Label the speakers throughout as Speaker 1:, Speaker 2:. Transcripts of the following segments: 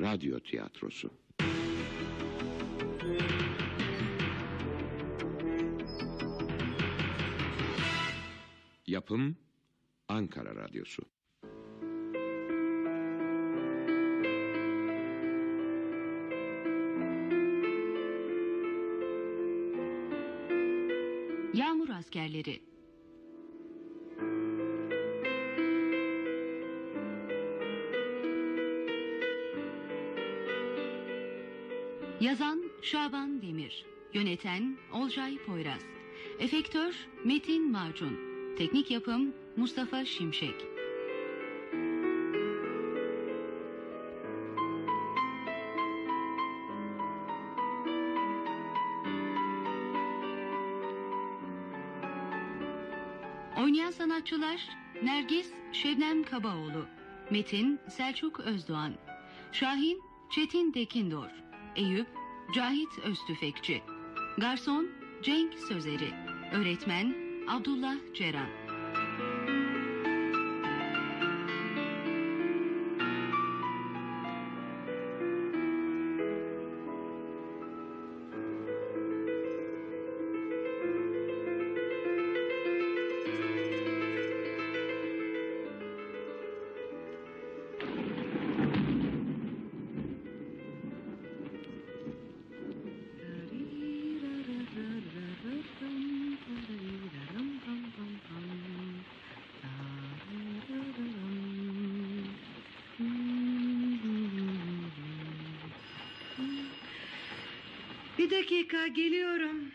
Speaker 1: Radyo tiyatrosu. Yapım Ankara Radyosu.
Speaker 2: Yağmur askerleri. Yazan Şaban Demir. Yöneten Olcay Poyraz. Efektör Metin Macun. Teknik yapım Mustafa Şimşek. Oynayan sanatçılar Nergis Şebnem Kabaoğlu, Metin Selçuk Özdoğan, Şahin Çetin Tekindor, Eyüp Cahit Öztüfekçi, Garson Cenk Sözeri, Öğretmen Abdullah Ceren.
Speaker 3: Bir dakika geliyorum.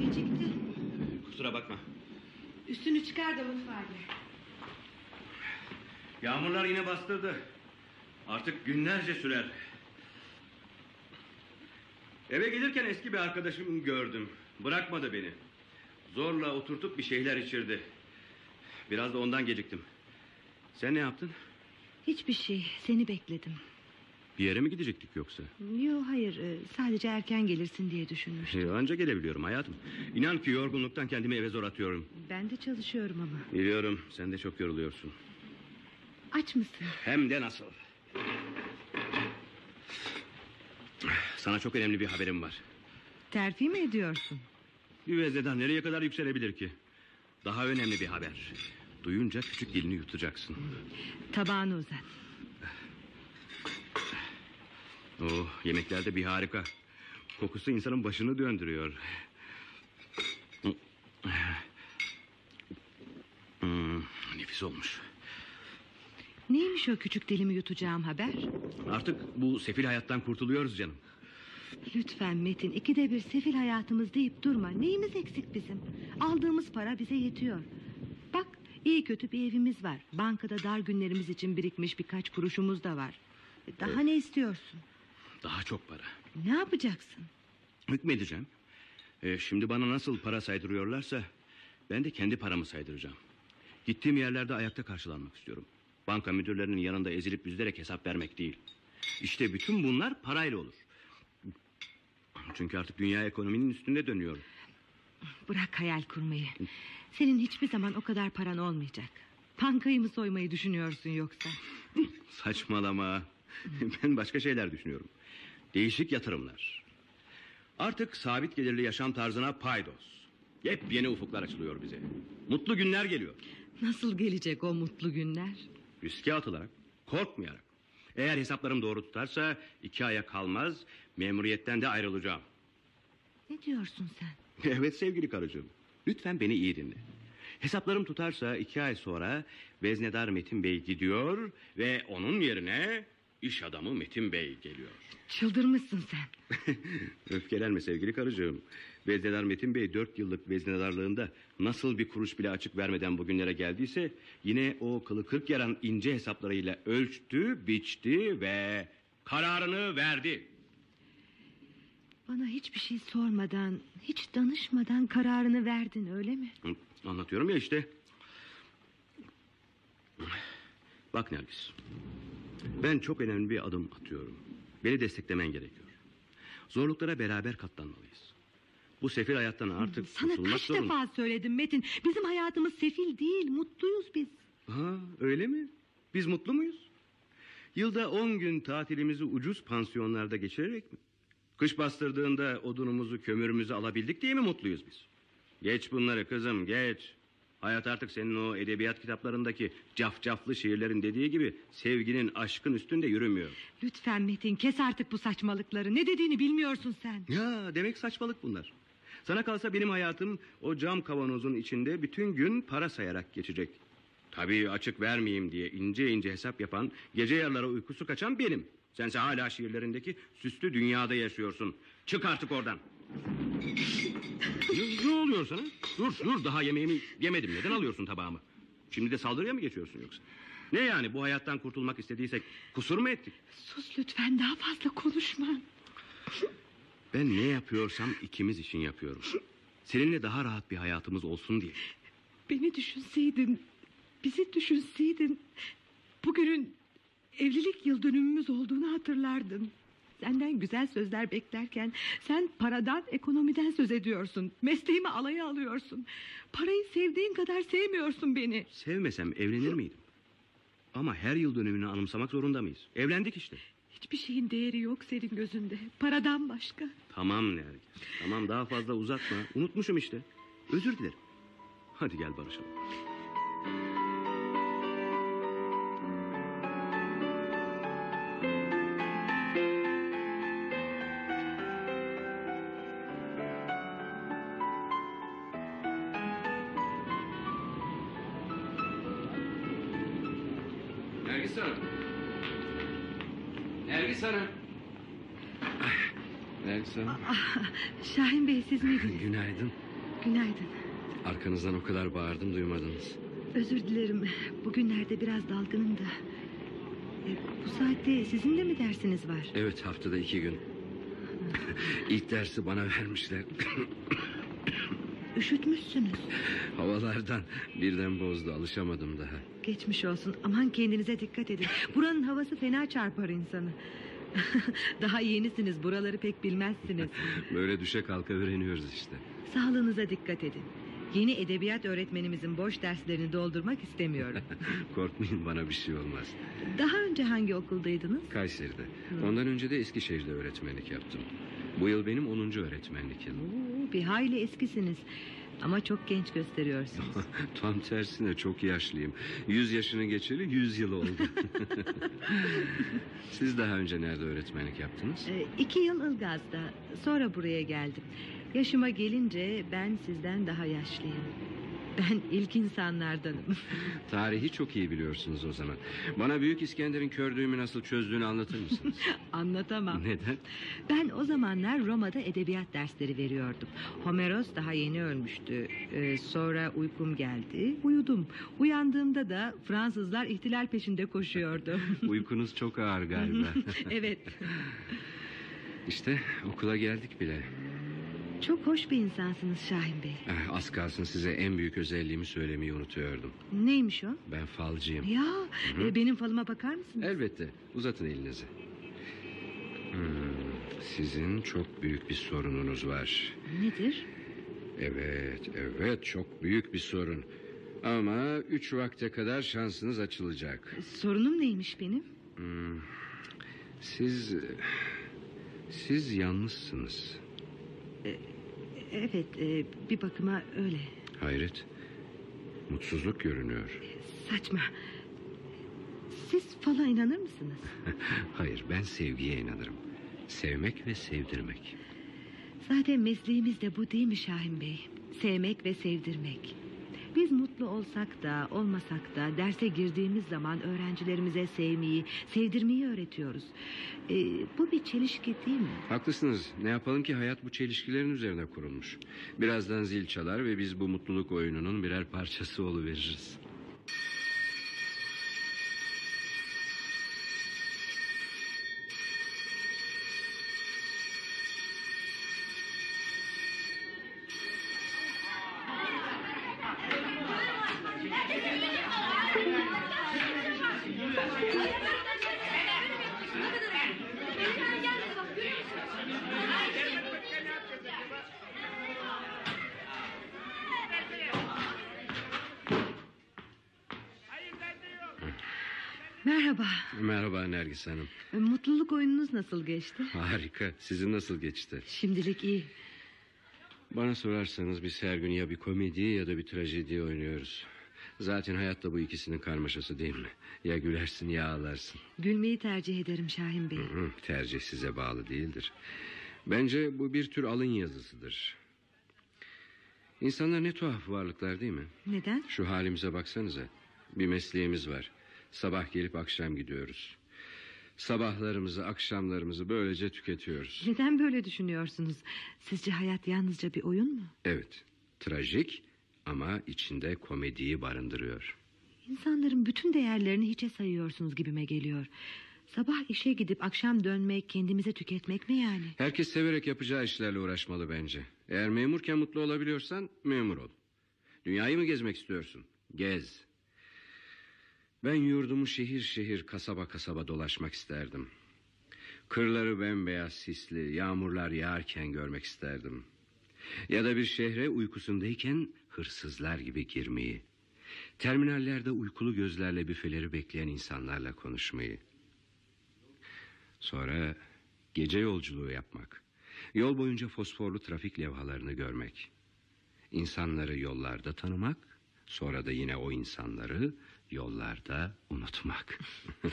Speaker 3: Gecikti.
Speaker 4: Kusura bakma.
Speaker 3: Üstünü çıkar da mutfağa gir.
Speaker 4: Yağmurlar yine bastırdı. Artık günlerce sürer. Eve gelirken eski bir arkadaşımı gördüm. Bırakmadı beni. Zorla oturtup bir şeyler içirdi. Biraz da ondan geciktim. Sen ne yaptın?
Speaker 3: Hiçbir şey seni bekledim.
Speaker 4: Bir yere mi gidecektik yoksa?
Speaker 3: Yok hayır e, sadece erken gelirsin diye düşünmüştüm.
Speaker 4: Şey, anca gelebiliyorum hayatım. İnan ki yorgunluktan kendimi eve zor atıyorum.
Speaker 3: Ben de çalışıyorum ama.
Speaker 4: Biliyorum sen de çok yoruluyorsun.
Speaker 3: Aç mısın?
Speaker 4: Hem de nasıl. Sana çok önemli bir haberim var.
Speaker 3: Terfi mi ediyorsun?
Speaker 4: Bir vezneden nereye kadar yükselebilir ki? Daha önemli bir haber. Duyunca küçük dilini yutacaksın.
Speaker 3: Tabağını uzat.
Speaker 4: Oh, yemekler de bir harika. Kokusu insanın başını döndürüyor. Hmm, nefis olmuş.
Speaker 3: Neymiş o küçük dilimi yutacağım haber?
Speaker 4: Artık bu sefil hayattan kurtuluyoruz canım.
Speaker 3: Lütfen Metin ikide bir sefil hayatımız deyip durma. Neyimiz eksik bizim? Aldığımız para bize yetiyor. Bak iyi kötü bir evimiz var. Bankada dar günlerimiz için birikmiş birkaç kuruşumuz da var. E, Daha ne istiyorsun?
Speaker 4: Daha çok para.
Speaker 3: Ne yapacaksın?
Speaker 4: Hükmedeceğim. Ee, şimdi bana nasıl para saydırıyorlarsa... ...ben de kendi paramı saydıracağım. Gittiğim yerlerde ayakta karşılanmak istiyorum. Banka müdürlerinin yanında ezilip üzülerek hesap vermek değil. İşte bütün bunlar parayla olur. Çünkü artık dünya ekonominin üstünde dönüyor.
Speaker 3: Bırak hayal kurmayı. Senin hiçbir zaman o kadar paran olmayacak. Bankayı mı soymayı düşünüyorsun yoksa?
Speaker 4: Saçmalama. ben başka şeyler düşünüyorum. Değişik yatırımlar. Artık sabit gelirli yaşam tarzına paydos. Yepyeni ufuklar açılıyor bize. Mutlu günler geliyor.
Speaker 3: Nasıl gelecek o mutlu günler?
Speaker 4: Riske atılarak, korkmayarak. Eğer hesaplarım doğru tutarsa iki aya kalmaz memuriyetten de ayrılacağım.
Speaker 3: Ne diyorsun sen?
Speaker 4: Evet sevgili karıcığım. Lütfen beni iyi dinle. Hesaplarım tutarsa iki ay sonra veznedar Metin Bey gidiyor ve onun yerine iş adamı Metin Bey geliyor.
Speaker 3: Çıldırmışsın sen.
Speaker 4: Öfkelenme sevgili karıcığım. Veznedar Metin Bey dört yıllık veznedarlığında nasıl bir kuruş bile açık vermeden bugünlere geldiyse... ...yine o kılı kırk yaran ince hesaplarıyla ölçtü, biçti ve kararını verdi.
Speaker 3: Bana hiçbir şey sormadan, hiç danışmadan kararını verdin öyle mi?
Speaker 4: Hı, Anlatıyorum ya işte. Bak Nergis. Ben çok önemli bir adım atıyorum. Beni desteklemen gerekiyor. Zorluklara beraber katlanmalıyız. Bu sefil hayattan artık
Speaker 3: Sana
Speaker 4: kurtulmak
Speaker 3: kaç
Speaker 4: zorunda.
Speaker 3: defa söyledim Metin. Bizim hayatımız sefil değil, mutluyuz biz.
Speaker 4: Ha, öyle mi? Biz mutlu muyuz? Yılda 10 gün tatilimizi ucuz pansiyonlarda geçirerek mi? Kış bastırdığında odunumuzu, kömürümüzü alabildik diye mi mutluyuz biz? Geç bunları kızım, geç. Hayat artık senin o edebiyat kitaplarındaki cafcaflı şiirlerin dediği gibi sevginin, aşkın üstünde yürümüyor.
Speaker 3: Lütfen Metin kes artık bu saçmalıkları. Ne dediğini bilmiyorsun sen.
Speaker 4: Ya demek saçmalık bunlar. Sana kalsa benim hayatım o cam kavanozun içinde bütün gün para sayarak geçecek. Tabii açık vermeyeyim diye ince ince hesap yapan, gece yarılara uykusu kaçan benim. Sense hala şiirlerindeki süslü dünyada yaşıyorsun. Çık artık oradan. ne, ne oluyor sana? Dur dur daha yemeğimi yemedim. Neden alıyorsun tabağımı? Şimdi de saldırıya mı geçiyorsun yoksa? Ne yani bu hayattan kurtulmak istediysek kusur mu ettik?
Speaker 3: Sus lütfen daha fazla konuşma.
Speaker 4: Ben ne yapıyorsam ikimiz için yapıyorum. Seninle daha rahat bir hayatımız olsun diye.
Speaker 3: Beni düşünseydin, bizi düşünseydin... ...bugünün evlilik yıl dönümümüz olduğunu hatırlardın. Senden güzel sözler beklerken sen paradan, ekonomiden söz ediyorsun. Mesleğimi alaya alıyorsun. Parayı sevdiğin kadar sevmiyorsun beni.
Speaker 4: Sevmesem evlenir miydim? Ama her yıl dönümünü anımsamak zorunda mıyız? Evlendik işte.
Speaker 3: Hiçbir şeyin değeri yok senin gözünde. Paradan başka.
Speaker 4: Tamam Nergis. Tamam daha fazla uzatma. Unutmuşum işte. Özür dilerim. Hadi gel barışalım. Nergis Hanım. Nergis Hanım. Nergis Hanım.
Speaker 3: Şahin Bey siz miydiniz?
Speaker 4: Günaydın.
Speaker 3: Günaydın.
Speaker 4: Arkanızdan o kadar bağırdım duymadınız.
Speaker 3: Özür dilerim. Bugünlerde biraz dalgınım da. E, bu saatte sizin de mi dersiniz var?
Speaker 4: Evet haftada iki gün. İlk dersi bana vermişler.
Speaker 3: Üşütmüşsünüz.
Speaker 4: Havalardan birden bozdu alışamadım daha.
Speaker 3: Geçmiş olsun. Aman kendinize dikkat edin. Buranın havası fena çarpar insanı. Daha yenisiniz. Buraları pek bilmezsiniz.
Speaker 4: Böyle düşe kalka öğreniyoruz işte.
Speaker 3: Sağlığınıza dikkat edin. Yeni edebiyat öğretmenimizin boş derslerini doldurmak istemiyorum.
Speaker 4: Korkmayın bana bir şey olmaz.
Speaker 3: Daha önce hangi okuldaydınız?
Speaker 4: Kayseri'de.
Speaker 3: Hı.
Speaker 4: Ondan önce de Eskişehir'de öğretmenlik yaptım. Bu yıl benim 10. öğretmenlik yılım.
Speaker 3: Oo, bir hayli eskisiniz. Ama çok genç gösteriyorsunuz.
Speaker 4: Tam tersine çok yaşlıyım. 100 yaşını geçeli 100 yıl oldu. Siz daha önce nerede öğretmenlik yaptınız?
Speaker 3: Ee, İki yıl Ilgaz'da. Sonra buraya geldim. Yaşıma gelince ben sizden daha yaşlıyım. Ben ilk insanlardanım.
Speaker 4: Tarihi çok iyi biliyorsunuz o zaman. Bana Büyük İskender'in kör düğümü nasıl çözdüğünü anlatır mısınız?
Speaker 3: Anlatamam.
Speaker 4: Neden?
Speaker 3: Ben o zamanlar Roma'da edebiyat dersleri veriyordum. Homeros daha yeni ölmüştü. Ee, sonra uykum geldi. Uyudum. Uyandığımda da Fransızlar ihtilal peşinde koşuyordu.
Speaker 4: Uykunuz çok ağır galiba.
Speaker 3: evet.
Speaker 4: işte okula geldik bile.
Speaker 3: Çok hoş bir insansınız Şahin Bey.
Speaker 4: Eh, Az kalsın size en büyük özelliğimi söylemeyi unutuyordum.
Speaker 3: Neymiş o?
Speaker 4: Ben falcıyım.
Speaker 3: Ya e, benim falıma bakar mısınız?
Speaker 4: Elbette. Uzatın elinizi. Hmm, sizin çok büyük bir sorununuz var.
Speaker 3: Nedir?
Speaker 4: Evet, evet çok büyük bir sorun. Ama üç vakte kadar şansınız açılacak.
Speaker 3: Sorunum neymiş benim?
Speaker 4: Hmm, siz... e, Siz yalnızsınız.
Speaker 3: Evet e, bir bakıma öyle.
Speaker 4: Hayret. Mutsuzluk görünüyor.
Speaker 3: Saçma. Siz falan inanır mısınız?
Speaker 4: Hayır ben sevgiye inanırım. Sevmek ve sevdirmek.
Speaker 3: Zaten mesleğimiz de bu değil mi Şahin Bey? Sevmek ve sevdirmek. Biz mutlu olsak da olmasak da derse girdiğimiz zaman öğrencilerimize sevmeyi, sevdirmeyi öğretiyoruz. E, bu bir çelişki değil mi?
Speaker 4: Haklısınız. Ne yapalım ki hayat bu çelişkilerin üzerine kurulmuş. Birazdan zil çalar ve biz bu mutluluk oyununun birer parçası oluveririz.
Speaker 3: Merhaba.
Speaker 4: Merhaba Nergis Hanım.
Speaker 3: E, Mutluluk oyununuz nasıl geçti?
Speaker 4: Harika. Sizin nasıl geçti?
Speaker 3: Şimdilik iyi.
Speaker 4: Bana sorarsanız biz her gün ya bir komedi ya da bir trajedi oynuyoruz. Zaten hayatta bu ikisinin karmaşası değil mi? Ya gülersin ya ağlarsın.
Speaker 3: Gülmeyi tercih ederim Şahin Bey.
Speaker 4: Hı hı, tercih size bağlı değildir. Bence bu bir tür alın yazısıdır. İnsanlar ne tuhaf varlıklar değil mi?
Speaker 3: Neden?
Speaker 4: Şu halimize baksanıza. Bir mesleğimiz var. Sabah gelip akşam gidiyoruz. Sabahlarımızı, akşamlarımızı böylece tüketiyoruz.
Speaker 3: Neden böyle düşünüyorsunuz? Sizce hayat yalnızca bir oyun mu?
Speaker 4: Evet, trajik ama içinde komediyi barındırıyor.
Speaker 3: İnsanların bütün değerlerini hiçe sayıyorsunuz gibime geliyor. Sabah işe gidip akşam dönmek, kendimize tüketmek mi yani?
Speaker 4: Herkes severek yapacağı işlerle uğraşmalı bence. Eğer memurken mutlu olabiliyorsan memur ol. Dünyayı mı gezmek istiyorsun? Gez. Ben yurdumu şehir şehir, kasaba kasaba dolaşmak isterdim. Kırları bembeyaz sisli, yağmurlar yağarken görmek isterdim. Ya da bir şehre uykusundayken hırsızlar gibi girmeyi. Terminallerde uykulu gözlerle büfeleri bekleyen insanlarla konuşmayı. Sonra gece yolculuğu yapmak. Yol boyunca fosforlu trafik levhalarını görmek. İnsanları yollarda tanımak, sonra da yine o insanları yollarda unutmak.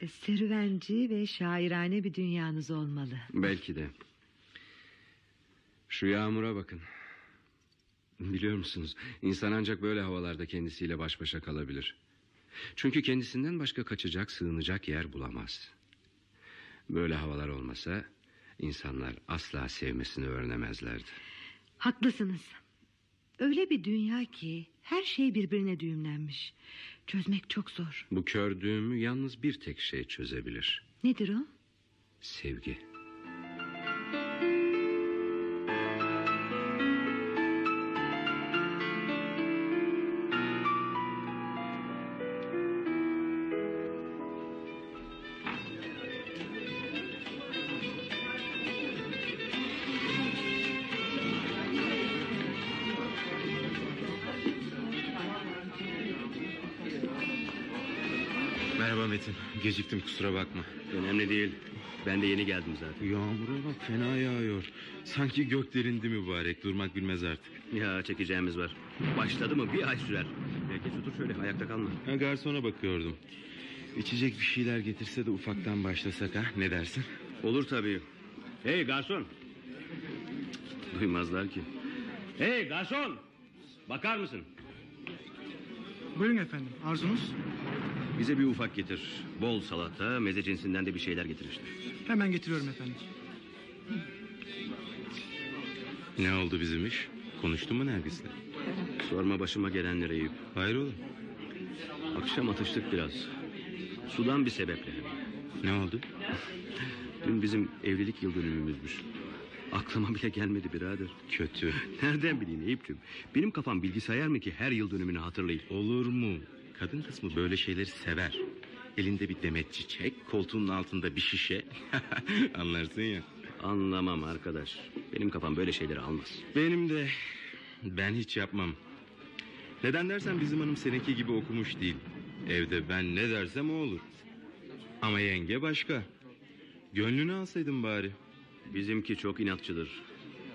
Speaker 3: E, Serüvenci ve şairane bir dünyanız olmalı.
Speaker 4: Belki de. Şu yağmura bakın. Biliyor musunuz, insan ancak böyle havalarda kendisiyle baş başa kalabilir. Çünkü kendisinden başka kaçacak, sığınacak yer bulamaz. Böyle havalar olmasa insanlar asla sevmesini öğrenemezlerdi.
Speaker 3: Haklısınız. Öyle bir dünya ki her şey birbirine düğümlenmiş. Çözmek çok zor.
Speaker 4: Bu kördüğümü yalnız bir tek şey çözebilir.
Speaker 3: Nedir o?
Speaker 4: Sevgi.
Speaker 5: Merhaba Metin. Geciktim kusura bakma.
Speaker 6: Önemli değil. Ben de yeni geldim zaten.
Speaker 5: Yağmura bak fena yağıyor. Sanki gök derindi mübarek. Durmak bilmez artık.
Speaker 6: Ya çekeceğimiz var. Başladı mı bir ay sürer. Ya geç otur şöyle ayakta kalma.
Speaker 5: Ha, garsona bakıyordum. İçecek bir şeyler getirse de ufaktan başlasak ha ne dersin?
Speaker 6: Olur tabii. Hey garson. Duymazlar ki. Hey garson. Bakar mısın?
Speaker 7: Buyurun efendim arzunuz.
Speaker 6: Bize bir ufak getir. Bol salata, meze cinsinden de bir şeyler getir işte.
Speaker 7: Hemen getiriyorum efendim.
Speaker 5: Ne oldu bizim iş? Konuştun mu Nergis'le?
Speaker 6: Sorma başıma gelenlere Eyüp.
Speaker 5: Hayrola?
Speaker 6: Akşam atıştık biraz. Sudan bir sebeple.
Speaker 5: Ne oldu?
Speaker 6: Dün bizim evlilik yıl dönümümüzmüş. Aklıma bile gelmedi birader.
Speaker 5: Kötü.
Speaker 6: Nereden bileyim Eyüp'cüğüm? Benim kafam bilgisayar mı ki her yıl dönümünü hatırlayıp?
Speaker 5: Olur mu? Kadın kısmı böyle şeyleri sever. Elinde bir demet çiçek, koltuğunun altında bir şişe. Anlarsın ya.
Speaker 6: Anlamam arkadaş. Benim kafam böyle şeyleri almaz.
Speaker 5: Benim de ben hiç yapmam. Neden dersen bizim hanım seninki gibi okumuş değil. Evde ben ne dersem o olur. Ama yenge başka. Gönlünü alsaydın bari.
Speaker 6: Bizimki çok inatçıdır.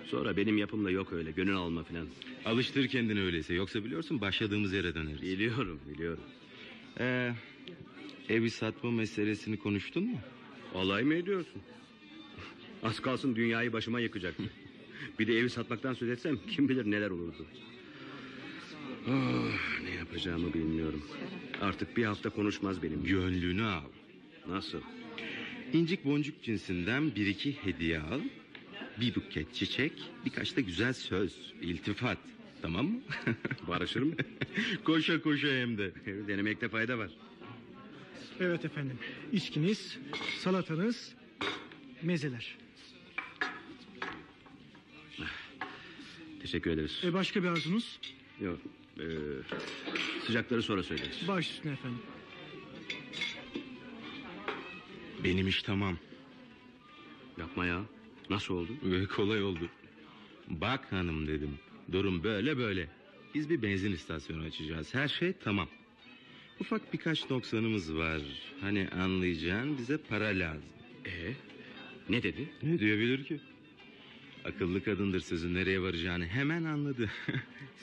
Speaker 6: Sonra benim yapımla yok öyle gönül alma filan.
Speaker 5: Alıştır kendini öyleyse. Yoksa biliyorsun başladığımız yere döneriz.
Speaker 6: Biliyorum biliyorum.
Speaker 5: Ee, evi satma meselesini konuştun mu?
Speaker 6: Alay mı ediyorsun? Az kalsın dünyayı başıma yıkacak. Bir de evi satmaktan söz etsem kim bilir neler olurdu. Ah, ne yapacağımı bilmiyorum. Artık bir hafta konuşmaz benim.
Speaker 5: Gönlünü al.
Speaker 6: Nasıl?
Speaker 5: İncik boncuk cinsinden bir iki hediye al. Bir buket çiçek, birkaç da güzel söz, iltifat. Tamam mı?
Speaker 6: Barışır mı?
Speaker 5: koşa koşa hem de.
Speaker 6: Denemekte fayda var.
Speaker 7: Evet efendim. İçkiniz, salatanız, mezeler.
Speaker 6: Teşekkür ederiz.
Speaker 7: E başka bir arzunuz?
Speaker 6: Yok. eee, sıcakları sonra söyleriz.
Speaker 7: Baş üstüne efendim.
Speaker 5: Benim iş tamam.
Speaker 6: Yapma ya. Nasıl oldu?
Speaker 5: Ve kolay oldu. Bak hanım dedim. Durum böyle böyle. Biz bir benzin istasyonu açacağız. Her şey tamam.
Speaker 4: Ufak birkaç noksanımız var. Hani anlayacağın bize para lazım.
Speaker 6: Ee, ne dedi?
Speaker 4: Ne diyebilir ki? Akıllı kadındır sözün nereye varacağını hemen anladı.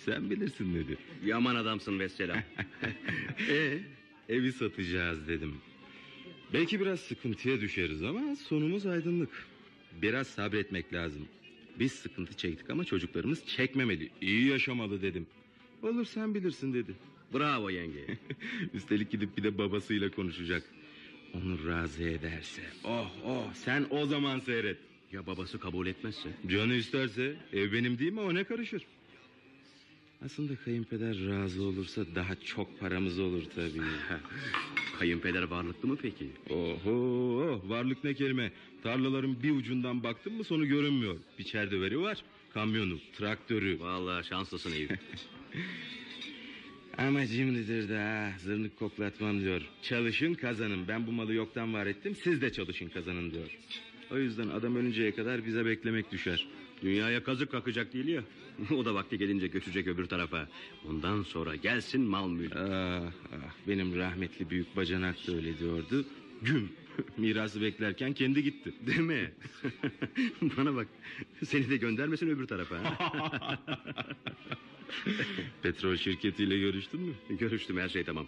Speaker 4: Sen bilirsin dedi.
Speaker 6: Yaman adamsın vesselam.
Speaker 4: E, evi satacağız dedim. Belki biraz sıkıntıya düşeriz ama sonumuz aydınlık. Biraz sabretmek lazım. Biz sıkıntı çektik ama çocuklarımız çekmemeli. İyi yaşamalı dedim. Olur sen bilirsin dedi.
Speaker 6: Bravo yenge.
Speaker 4: Üstelik gidip bir de babasıyla konuşacak. Onu razı ederse. Oh oh sen o zaman seyret.
Speaker 6: Ya babası kabul etmezse?
Speaker 4: Canı isterse ev benim değil mi o ne karışır? Aslında kayınpeder razı olursa daha çok paramız olur tabii.
Speaker 6: Kayınpeder varlıklı mı peki?
Speaker 4: Oho varlık ne kelime. Tarlaların bir ucundan baktın mı sonu görünmüyor. Biçer döveri var. Kamyonu, traktörü.
Speaker 6: Vallahi şanslısın Eyüp.
Speaker 4: Ama cimridir de ha. Zırnık koklatmam diyor. Çalışın kazanın. Ben bu malı yoktan var ettim. Siz de çalışın kazanın diyor. O yüzden adam ölünceye kadar bize beklemek düşer.
Speaker 6: Dünyaya kazık kakacak değil ya. o da vakti gelince göçecek öbür tarafa. Ondan sonra gelsin mal mülk.
Speaker 4: Ah, ah, benim rahmetli büyük bacanak da öyle diyordu. Güm. Mirası beklerken kendi gitti.
Speaker 6: Değil mi? Bana bak. Seni de göndermesin öbür tarafa. ha?
Speaker 4: Petrol şirketiyle görüştün mü?
Speaker 6: Görüştüm her şey tamam.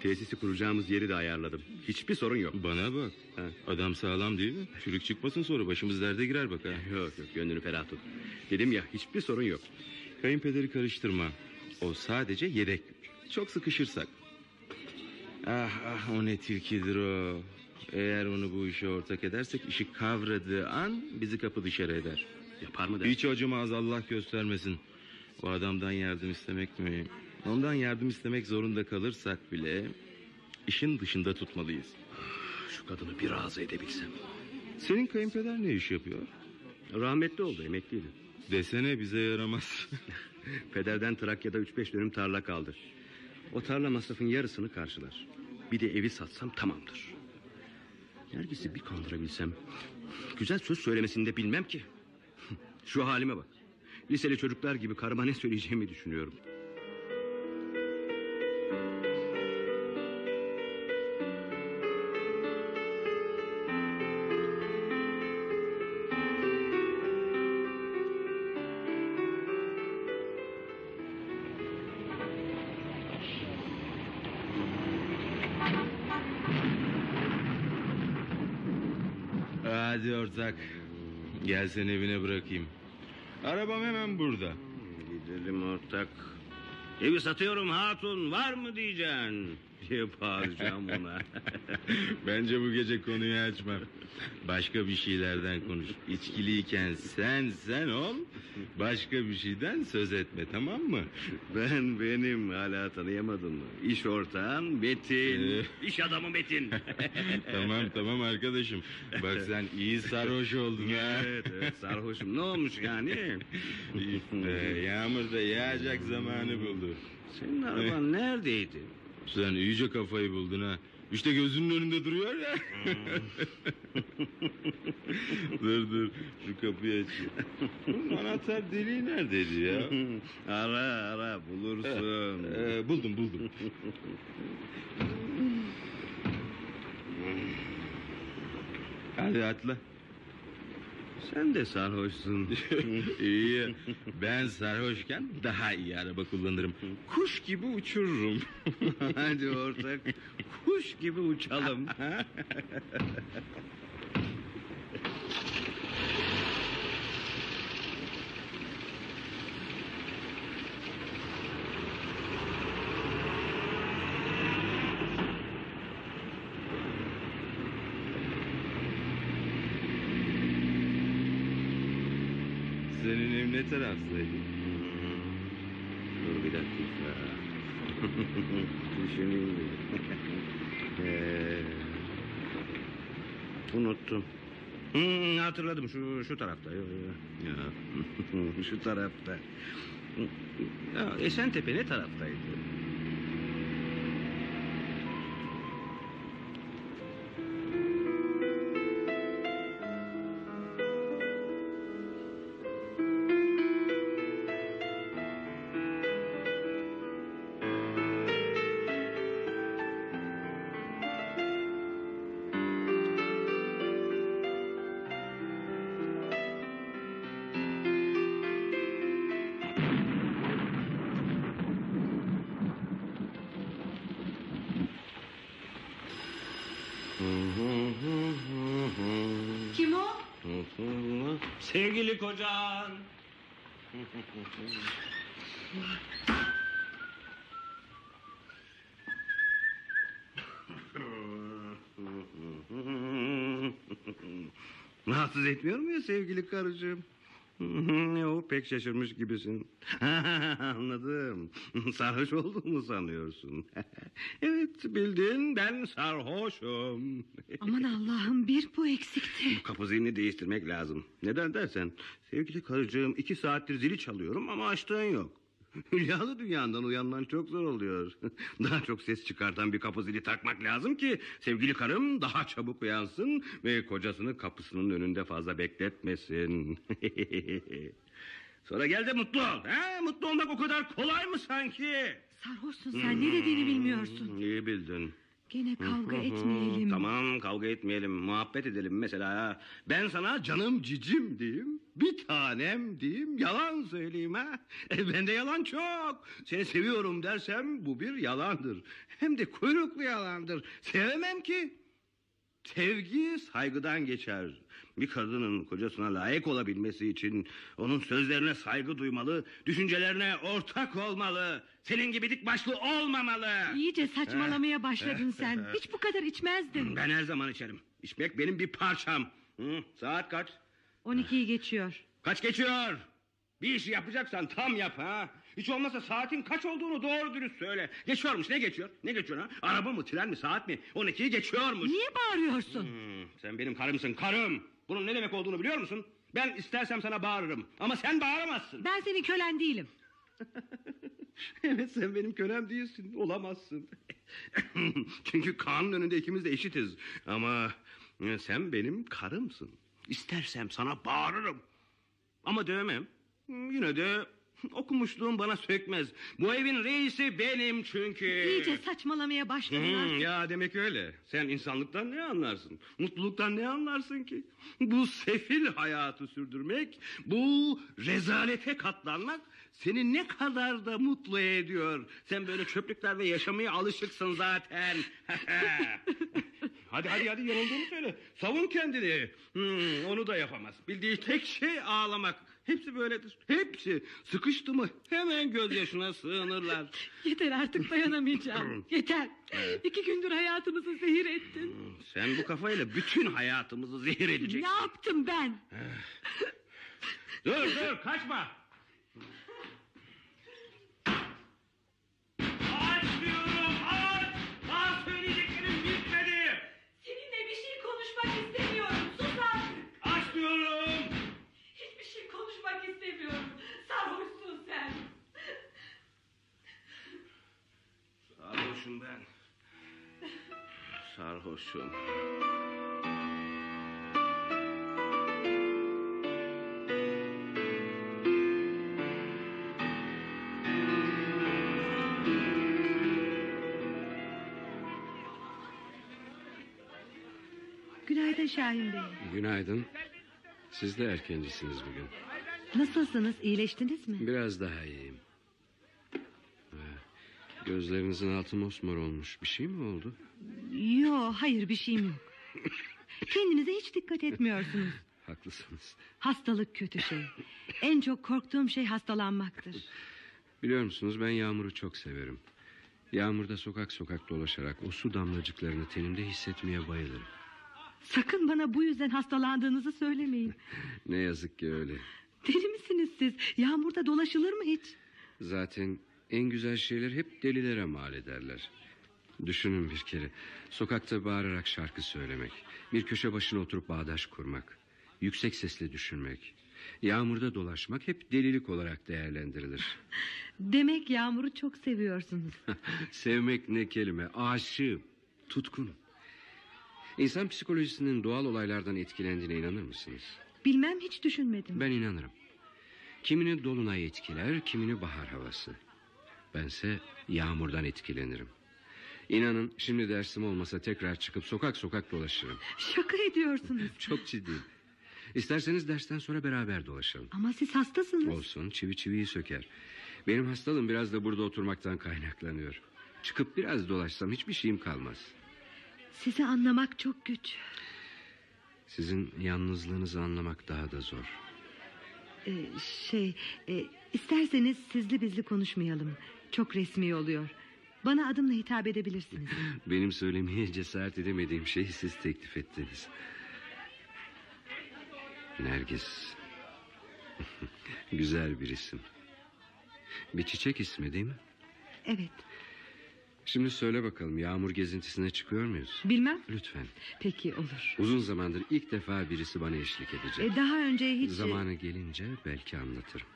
Speaker 6: Tesisi kuracağımız yeri de ayarladım. Hiçbir sorun yok.
Speaker 4: Bana bak.
Speaker 6: Ha.
Speaker 4: Adam sağlam değil mi? Çürük çıkmasın sonra başımız derde girer bak ha.
Speaker 6: Yok yok gönlünü ferah tut. Dedim ya hiçbir sorun yok.
Speaker 4: Kayınpederi karıştırma. O sadece yedek güç. Çok sıkışırsak. Ah ah o ne tilkidir o. Eğer onu bu işe ortak edersek işi kavradığı an bizi kapı dışarı eder.
Speaker 6: Yapar mı der?
Speaker 4: Hiç acımaz Allah göstermesin. O adamdan yardım istemek mi? Ondan yardım istemek zorunda kalırsak bile işin dışında tutmalıyız.
Speaker 6: Şu kadını bir razı edebilsem.
Speaker 4: Senin kayınpeder ne iş yapıyor?
Speaker 6: Rahmetli oldu emekliydi.
Speaker 4: Desene bize yaramaz.
Speaker 6: Pederden Trakya'da 3-5 dönüm tarla kaldı. O tarla masrafın yarısını karşılar. Bir de evi satsam tamamdır. Nergis'i bir kandırabilsem. Güzel söz söylemesini de bilmem ki. Şu halime bak. Liseli çocuklar gibi karıma ne söyleyeceğimi düşünüyorum.
Speaker 4: Hadi ortak. Gel seni evine bırakayım. Arabam hemen burada.
Speaker 6: Gidelim ortak. Evi satıyorum hatun var mı diyeceksin. Diye bağıracağım ona.
Speaker 4: Bence bu gece konuyu açmam. Başka bir şeylerden konuş. İçkiliyken sen sen ol. Başka bir şeyden söz etme tamam mı?
Speaker 6: ben benim hala tanıyamadın mı? İş ortağın Metin. İş adamı Metin.
Speaker 4: tamam tamam arkadaşım. Bak sen iyi sarhoş oldun ha.
Speaker 6: evet, evet sarhoşum ne olmuş yani? Ee,
Speaker 4: İşte Ee, yağmur da yağacak zamanı buldu.
Speaker 6: Senin araban neredeydi?
Speaker 4: Sen iyice kafayı buldun ha. İşte gözünün önünde duruyor ya. dur dur şu kapıyı açayım. Bunun anahtar deliği neredeydi ya?
Speaker 6: ara ara bulursun.
Speaker 4: Ee, buldum buldum. Hadi atla.
Speaker 6: Sen de sarhoşsun.
Speaker 4: iyi. ya. Ben sarhoşken daha iyi araba kullanırım. Kuş gibi uçururum.
Speaker 6: Hadi ortak kuş gibi uçalım.
Speaker 4: Senin ev ne taraftaydı?
Speaker 6: Dur bir dakika. Düşüneyim bir. Ee, unuttum. Hmm, hatırladım şu şu tarafta. Yo, yo. şu tarafta. Ya, Esentepe ne taraftaydı?
Speaker 2: Kim o?
Speaker 6: Sevgili kocan. Rahatsız etmiyor mu ya sevgili karıcığım? o pek şaşırmış gibisin. Anladım. Sarhoş olduğumu sanıyorsun. evet bildin ben sarhoşum.
Speaker 3: Aman Allah'ım bir bu eksikti.
Speaker 6: Kapı zilini değiştirmek lazım. Neden dersen sevgili karıcığım iki saattir zili çalıyorum ama açtığın yok. Hülyalı dünyandan uyanman çok zor oluyor. Daha çok ses çıkartan bir kapı zili takmak lazım ki sevgili karım daha çabuk uyansın ve kocasını kapısının önünde fazla bekletmesin. Sonra gel de mutlu ol. He? Mutlu olmak o kadar kolay mı sanki?
Speaker 3: Sarhoşsun sen ne dediğini bilmiyorsun.
Speaker 6: İyi bildin.
Speaker 3: Gene kavga
Speaker 6: Hı hı,
Speaker 3: etmeyelim.
Speaker 6: Tamam kavga etmeyelim. Muhabbet edelim mesela. Ben sana canım cicim diyeyim. Bir tanem diyeyim. Yalan söyleyeyim ha. E, bende yalan çok. Seni seviyorum dersem bu bir yalandır. Hem de kuyruklu yalandır. Sevemem ki. Sevgi saygıdan geçer. Bir kadının kocasına layık olabilmesi için onun sözlerine saygı duymalı, düşüncelerine ortak olmalı. Senin gibi dik başlı olmamalı.
Speaker 3: İyice saçmalamaya başladın sen. Hiç bu kadar içmezdin.
Speaker 6: Ben her zaman içerim. İçmek benim bir parçam. Hı, saat kaç?
Speaker 3: 12'yi geçiyor.
Speaker 6: Kaç geçiyor? Bir işi yapacaksan tam yap ha. Hiç olmazsa saatin kaç olduğunu doğru dürüst söyle. Geçiyormuş ne geçiyor? Ne geçiyor ha? Araba mı tren mi saat mi? 12'yi geçiyormuş.
Speaker 3: Niye bağırıyorsun?
Speaker 6: Hmm, sen benim karımsın karım. Bunun ne demek olduğunu biliyor musun? Ben istersem sana bağırırım ama sen bağıramazsın.
Speaker 3: Ben senin kölen değilim.
Speaker 6: Evet sen benim kölem değilsin olamazsın. Çünkü kanun önünde ikimiz de eşitiz. Ama e, sen benim karımsın. İstersem sana bağırırım. Ama dövmem. Yine de okumuşluğum bana sökmez. Bu evin reisi benim çünkü.
Speaker 3: İyice saçmalamaya başladın
Speaker 6: Hmm,
Speaker 3: artık.
Speaker 6: ya demek öyle. Sen insanlıktan ne anlarsın? Mutluluktan ne anlarsın ki? Bu sefil hayatı sürdürmek, bu rezalete katlanmak seni ne kadar da mutlu ediyor. Sen böyle çöplüklerde yaşamaya alışıksın zaten. hadi hadi hadi yanıldığını söyle. Savun kendini. Hmm, onu da yapamaz. Bildiği tek şey ağlamak. Hepsi böyledir. Hepsi. Sıkıştı mı hemen gözyaşına sığınırlar.
Speaker 3: Yeter artık
Speaker 6: Hmm.
Speaker 3: dayanamayacağım. Yeter. İki gündür hayatımızı zehir ettin.
Speaker 6: Sen bu kafayla bütün hayatımızı zehir edeceksin.
Speaker 3: Ne yaptım ben?
Speaker 6: Dur dur kaçma. Aç diyorum aç. Daha söyleyeceklerim bitmedi.
Speaker 8: Seninle bir şey konuşmak istemiyorum. Sus artık.
Speaker 6: Aç diyorum.
Speaker 8: Hiçbir şey konuşmak istemiyorum. Sarhoşsun sen.
Speaker 6: Sarhoşum ben. Sarhoşum.
Speaker 3: Günaydın Şahin Bey.
Speaker 4: Günaydın. Siz de erkencisiniz bugün.
Speaker 3: Nasılsınız? İyileştiniz mi?
Speaker 4: Biraz daha iyiyim. Ha, Gözlerinizin altı mosmor olmuş. Bir şey mi oldu?
Speaker 3: Yo, hayır bir şeyim yok. Kendinize hiç dikkat etmiyorsunuz.
Speaker 4: Haklısınız.
Speaker 3: Hastalık kötü şey. En çok korktuğum şey hastalanmaktır.
Speaker 4: Biliyor musunuz ben yağmuru çok severim. Yağmurda sokak sokak dolaşarak o su damlacıklarını tenimde hissetmeye bayılırım.
Speaker 3: Sakın bana bu yüzden hastalandığınızı söylemeyin.
Speaker 4: Ne yazık ki öyle.
Speaker 3: Deli misiniz siz? Yağmurda dolaşılır mı hiç?
Speaker 4: Zaten en güzel şeyler hep delilere mal ederler. Düşünün bir kere. Sokakta bağırarak şarkı söylemek. Bir köşe başına oturup bağdaş kurmak. Yüksek sesle düşünmek. Yağmurda dolaşmak hep delilik olarak değerlendirilir.
Speaker 3: Demek yağmuru çok seviyorsunuz.
Speaker 4: Sevmek ne kelime. Aşığım. Tutkun. İnsan psikolojisinin doğal olaylardan etkilendiğine inanır mısınız?
Speaker 3: Bilmem hiç düşünmedim.
Speaker 4: Ben inanırım. Kimini dolunay etkiler, kimini bahar havası. Bense yağmurdan etkilenirim. İnanın şimdi dersim olmasa tekrar çıkıp sokak sokak dolaşırım.
Speaker 3: Şaka ediyorsunuz.
Speaker 4: Çok ciddiyim. İsterseniz dersten sonra beraber dolaşalım.
Speaker 3: Ama siz hastasınız.
Speaker 4: Olsun çivi çiviyi söker. Benim hastalığım biraz da burada oturmaktan kaynaklanıyor. Çıkıp biraz dolaşsam hiçbir şeyim kalmaz.
Speaker 3: Sizi anlamak çok güç.
Speaker 4: Sizin yalnızlığınızı anlamak daha da zor.
Speaker 3: Ee, şey, e, isterseniz sizli bizli konuşmayalım. Çok resmi oluyor. Bana adımla hitap edebilirsiniz.
Speaker 4: Benim söylemeye cesaret edemediğim şeyi siz teklif ettiniz. Nergis. Güzel bir isim. Bir çiçek ismi değil mi?
Speaker 3: Evet,
Speaker 4: Şimdi söyle bakalım yağmur gezintisine çıkıyor muyuz?
Speaker 3: bilmem.
Speaker 4: Lütfen.
Speaker 3: Peki olur.
Speaker 4: Uzun zamandır ilk defa birisi bana eşlik edecek.
Speaker 3: Ee, daha önce hiç...
Speaker 4: Zamanı gelince belki anlatırım.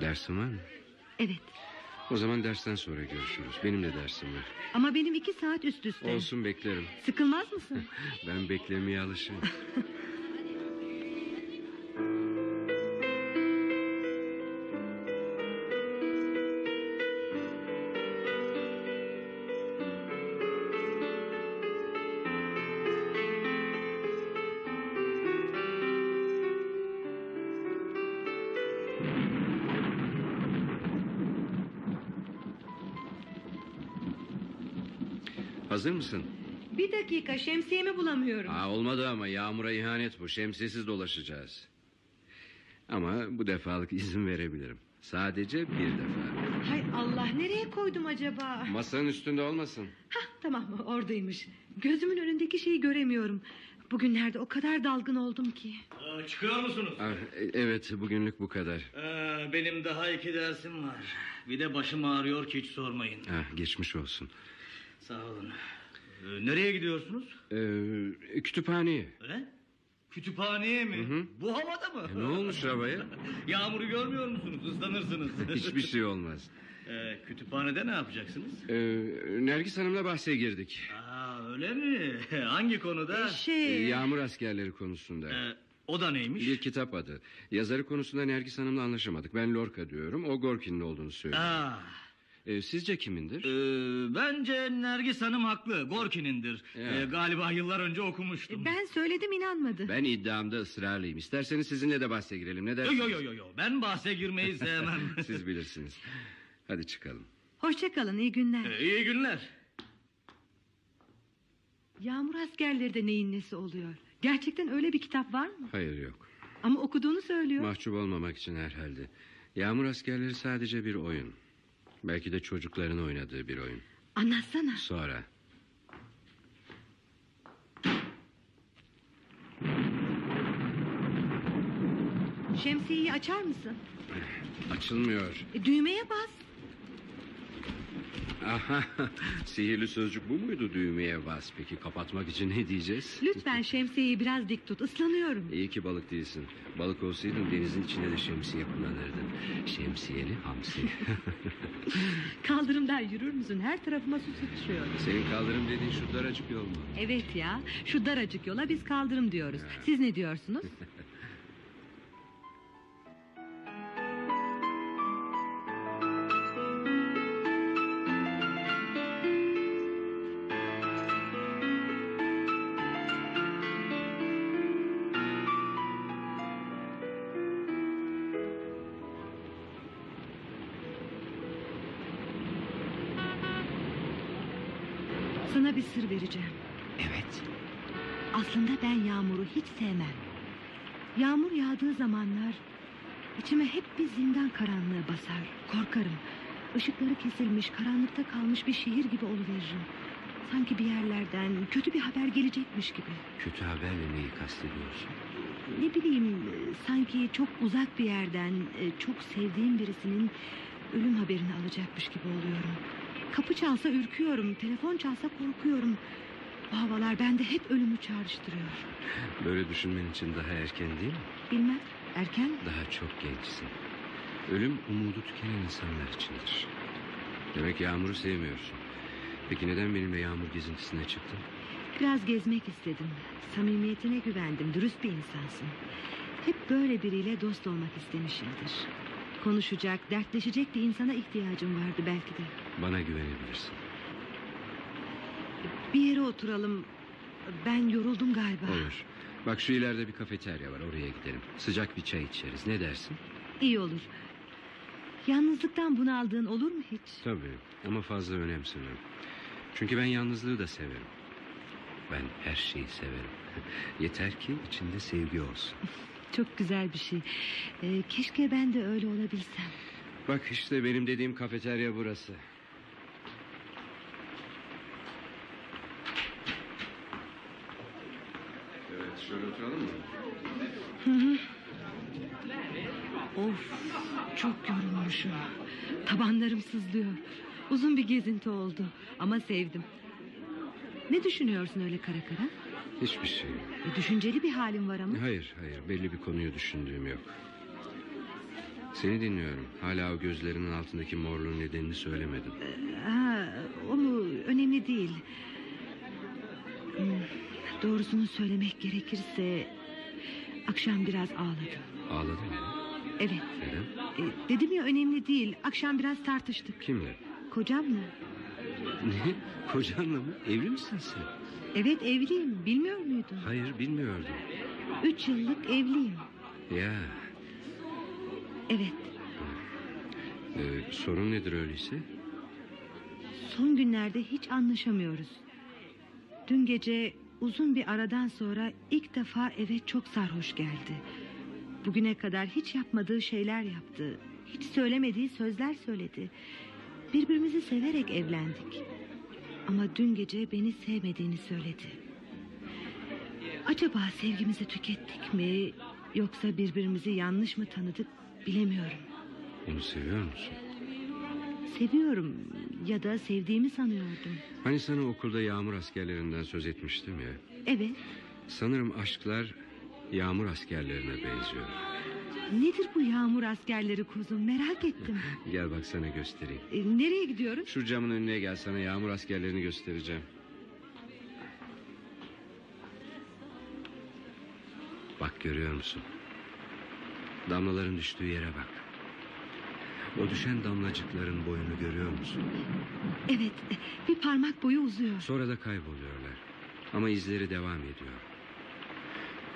Speaker 4: Dersin var mı?
Speaker 3: Evet,
Speaker 4: O zaman dersten sonra görüşürüz. Benim de dersim var.
Speaker 3: ama benim iki saat üst üste.
Speaker 4: Olsun beklerim.
Speaker 3: Sıkılmaz mısın?
Speaker 4: Ben beklemeye alışığım. Hazır mısın?
Speaker 3: Bir dakika, şemsiyemi bulamıyorum.
Speaker 4: Aa, olmadı ama yağmura ihanet bu. Şemsiyesiz dolaşacağız. Ama bu defalık izin verebilirim. Sadece bir defa.
Speaker 3: Hay Allah, nereye koydum acaba?
Speaker 4: Masanın üstünde olmasın.
Speaker 3: Hah, tamam, oradaymış. Gözümün önündeki şeyi göremiyorum. Bugünlerde o kadar dalgın oldum ki.
Speaker 6: Ee,
Speaker 9: Aa, Çıkıyor musunuz?
Speaker 4: Ah, e- evet bugünlük bu kadar.
Speaker 9: Ee, benim daha iki dersim var. Bir de başım ağrıyor ki hiç sormayın.
Speaker 4: Ah, geçmiş olsun.
Speaker 9: Sağ olun. Ee, nereye gidiyorsunuz?
Speaker 4: Ee, kütüphaneye.
Speaker 9: Öyle? Kütüphaneye mi?
Speaker 4: Hı hı.
Speaker 9: Bu havada mı?
Speaker 4: E, ne olmuş havaya?
Speaker 9: Yağmuru görmüyor musunuz? Islanırsınız.
Speaker 4: Hiçbir şey olmaz.
Speaker 9: Ee, kütüphanede ne yapacaksınız?
Speaker 4: Ee, Nergis Hanım'la bahse girdik.
Speaker 9: Aa, öyle mi? Hangi konuda?
Speaker 4: Ee,
Speaker 3: Şey...
Speaker 4: yağmur askerleri konusunda.
Speaker 9: Ee, o da neymiş?
Speaker 4: Bir kitap adı. Yazarı konusunda Nergis Hanım'la anlaşamadık. Ben Lorca diyorum. O Gorki'nin olduğunu söylüyor.
Speaker 9: Aa,
Speaker 4: Ee, sizce kimindir?
Speaker 9: e, bence Nergis Hanım haklı. Gorki'nindir.
Speaker 4: Ya.
Speaker 9: Ee, galiba yıllar önce
Speaker 4: E,
Speaker 9: okumuştum.
Speaker 3: e, Ben söyledim inanmadı.
Speaker 4: Ben iddiamda ısrarlıyım. İsterseniz sizinle de bahse girelim. Ne
Speaker 9: Yo
Speaker 4: dersiniz?
Speaker 9: yo yo yo yo. Ben bahse girmeyi sevmem.
Speaker 4: Siz bilirsiniz. Hadi çıkalım.
Speaker 3: Hoşça kalın, iyi günler.
Speaker 9: Ee, İyi günler.
Speaker 3: Yağmur askerleri de neyin nesi oluyor? Gerçekten öyle bir kitap var mı?
Speaker 4: Hayır yok.
Speaker 3: Ama okuduğunu söylüyor.
Speaker 4: Mahcup olmamak için herhalde. Yağmur askerleri sadece bir oyun. Belki de çocukların oynadığı bir oyun.
Speaker 3: Anlatsana.
Speaker 4: Sonra.
Speaker 3: Şemsiyeyi açar mısın?
Speaker 4: Açılmıyor.
Speaker 3: E, düğmeye bas.
Speaker 4: Aha. Sihirli sözcük bu muydu düğmeye bas? Peki kapatmak için ne diyeceğiz?
Speaker 3: Lütfen şemsiyeyi biraz dik tut. Islanıyorum.
Speaker 4: İyi ki balık değilsin. Balık olsaydın denizin içinde de şemsiye kullanırdın. Şemsiyeli hamsi.
Speaker 3: Kaldırımdan yürür müsün? Her tarafıma su sıçrıyor.
Speaker 4: Senin kaldırım dediğin şu daracık yol mu?
Speaker 3: Evet ya. Şu daracık yola biz kaldırım diyoruz. Siz ne diyorsunuz? Sana bir sır vereceğim.
Speaker 4: Evet.
Speaker 3: Aslında ben yağmuru hiç sevmem. Yağmur yağdığı zamanlar içime hep bir zindan karanlığı basar. Korkarım. Işıkları kesilmiş, karanlıkta kalmış bir şehir gibi oluveririm. Sanki bir yerlerden kötü bir haber gelecekmiş gibi.
Speaker 4: Kötü haberle neyi kastediyorsun?
Speaker 3: Ne bileyim e, sanki çok uzak bir yerden e, çok sevdiğim birisinin ölüm haberini alacakmış gibi oluyorum. Kapı çalsa ürküyorum, telefon çalsa korkuyorum. Bu havalar bende hep ölümü çağrıştırıyor.
Speaker 4: Böyle düşünmen için daha erken değil mi?
Speaker 3: Bilmem erken mi?
Speaker 4: Daha çok gençsin. Ölüm umudu tükenen insanlar içindir. Demek yağmuru sevmiyorsun. Peki neden benimle yağmur gezintisine çıktın?
Speaker 3: biraz gezmek istedim. Samimiyetine güvendim dürüst bir insansın. Hep böyle biriyle dost olmak istemişimdir. Konuşacak, dertleşecek bir insana ihtiyacım vardı belki de.
Speaker 4: Bana güvenebilirsin.
Speaker 3: Bir yere oturalım. Ben yoruldum galiba.
Speaker 4: Olur. Bak şu ileride bir kafeterya var oraya gidelim. Sıcak bir çay içeriz ne dersin?
Speaker 3: İyi olur. Yalnızlıktan bunaldığın olur mu hiç?
Speaker 4: Tabii ama fazla önemsemiyorum. Çünkü ben yalnızlığı da severim. Ben her şeyi severim. Yeter ki içinde sevgi olsun.
Speaker 3: Çok güzel bir şey. Ee, keşke ben de öyle olabilsem.
Speaker 4: Bak işte benim dediğim kafeterya burası. Evet şöyle oturalım mı?
Speaker 3: Of çok yorulmuşum. Tabanlarım sızlıyor. Uzun bir gezinti oldu ama sevdim. Ne düşünüyorsun öyle kara kara?
Speaker 4: Hiçbir şey.
Speaker 3: E, düşünceli bir halin var ama.
Speaker 4: Hayır hayır belli bir konuyu düşündüğüm yok. Seni dinliyorum. Hala o gözlerinin altındaki morluğun nedenini söylemedin.
Speaker 3: Ha, o mu önemli değil. Hmm, Doğrusunu söylemek gerekirse... ...akşam biraz ağladım.
Speaker 4: Ağladın mı?
Speaker 3: Evet
Speaker 4: Neden?
Speaker 3: e, dedim ya önemli değil. Akşam biraz tartıştık.
Speaker 4: Kimle?
Speaker 3: Kocamla.
Speaker 4: Ne? Kocanla mı? Evli misin sen?
Speaker 3: Evet evliyim bilmiyor muydun?
Speaker 4: Hayır bilmiyordum.
Speaker 3: Üç yıllık evliyim.
Speaker 4: Ya
Speaker 3: Evet
Speaker 4: e, sorun nedir öyleyse?
Speaker 3: Son günlerde hiç anlaşamıyoruz. Dün gece uzun bir aradan sonra ilk defa eve çok sarhoş geldi. Bugüne kadar hiç yapmadığı şeyler yaptı. Hiç söylemediği sözler söyledi. Birbirimizi severek evlendik. Ama dün gece beni sevmediğini söyledi. Acaba sevgimizi tükettik mi yoksa birbirimizi yanlış mı tanıdık bilemiyorum.
Speaker 4: Onu seviyor musun?
Speaker 3: Seviyorum ya da sevdiğimi sanıyordum.
Speaker 4: Hani sana okulda yağmur askerlerinden söz etmiştim ya.
Speaker 3: Evet.
Speaker 4: Sanırım aşklar yağmur askerlerine benziyor.
Speaker 3: Nedir bu yağmur askerleri kuzum merak ettim.
Speaker 4: Gel bak sana göstereyim.
Speaker 3: E, nereye gidiyoruz?
Speaker 4: Şu camın önüne gel sana yağmur askerlerini göstereceğim. Bak görüyor musun? Damlaların düştüğü yere bak. O düşen damlacıkların boyunu görüyor musun?
Speaker 3: Evet bir parmak boyu uzuyor.
Speaker 4: Sonra da kayboluyorlar. Ama izleri devam ediyor.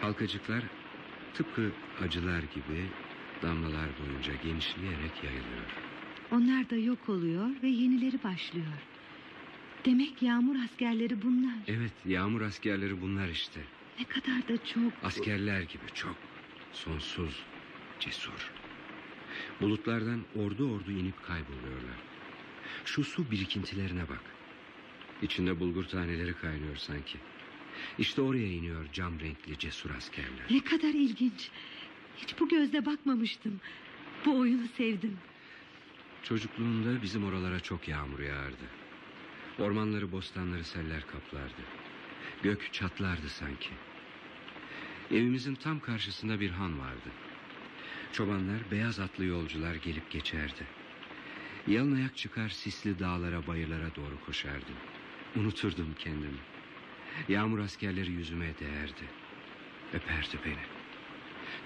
Speaker 4: Halkacıklar tıpkı acılar gibi damlalar boyunca genişleyerek yayılıyor.
Speaker 3: Onlar da yok oluyor ve yenileri başlıyor. Demek yağmur askerleri bunlar.
Speaker 4: Evet yağmur askerleri bunlar işte.
Speaker 3: Ne kadar da çok.
Speaker 4: Askerler gibi çok sonsuz, cesur. Bulutlardan ordu ordu inip kayboluyorlar. Şu su birikintilerine bak. İçinde bulgur taneleri kaynıyor sanki. İşte oraya iniyor cam renkli cesur askerler.
Speaker 3: Ne kadar ilginç. Hiç bu gözle bakmamıştım. Bu oyunu sevdim.
Speaker 4: Çocukluğumda bizim oralara çok yağmur yağardı. Ormanları, bostanları seller kaplardı. Gök çatlardı sanki. Evimizin tam karşısında bir han vardı. Çobanlar, beyaz atlı yolcular gelip geçerdi. Yalın ayak çıkar sisli dağlara, bayırlara doğru koşardım. Unuturdum kendimi. Yağmur askerleri yüzüme değerdi. Öperdi beni.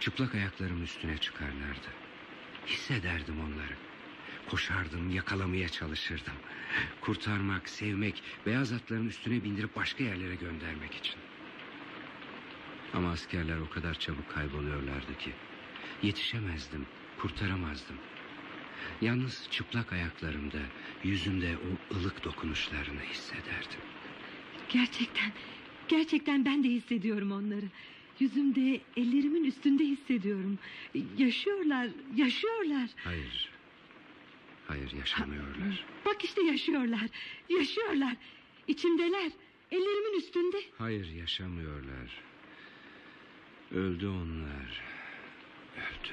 Speaker 4: Çıplak ayaklarım üstüne çıkarlardı. Hissederdim onları. Koşardım, yakalamaya çalışırdım. Kurtarmak, sevmek, beyaz atların üstüne bindirip başka yerlere göndermek için. Ama askerler o kadar çabuk kayboluyorlardı ki. Yetişemezdim, kurtaramazdım. Yalnız çıplak ayaklarımda, yüzümde o ılık dokunuşlarını hissederdim.
Speaker 3: Gerçekten, gerçekten ben de hissediyorum onları. Yüzümde, ellerimin üstünde hissediyorum. Yaşıyorlar, yaşıyorlar.
Speaker 4: Hayır, hayır yaşamıyorlar.
Speaker 3: Bak işte yaşıyorlar. Yaşıyorlar. İçimdeler. Ellerimin üstünde.
Speaker 4: Hayır yaşamıyorlar. Öldü onlar. Öldü.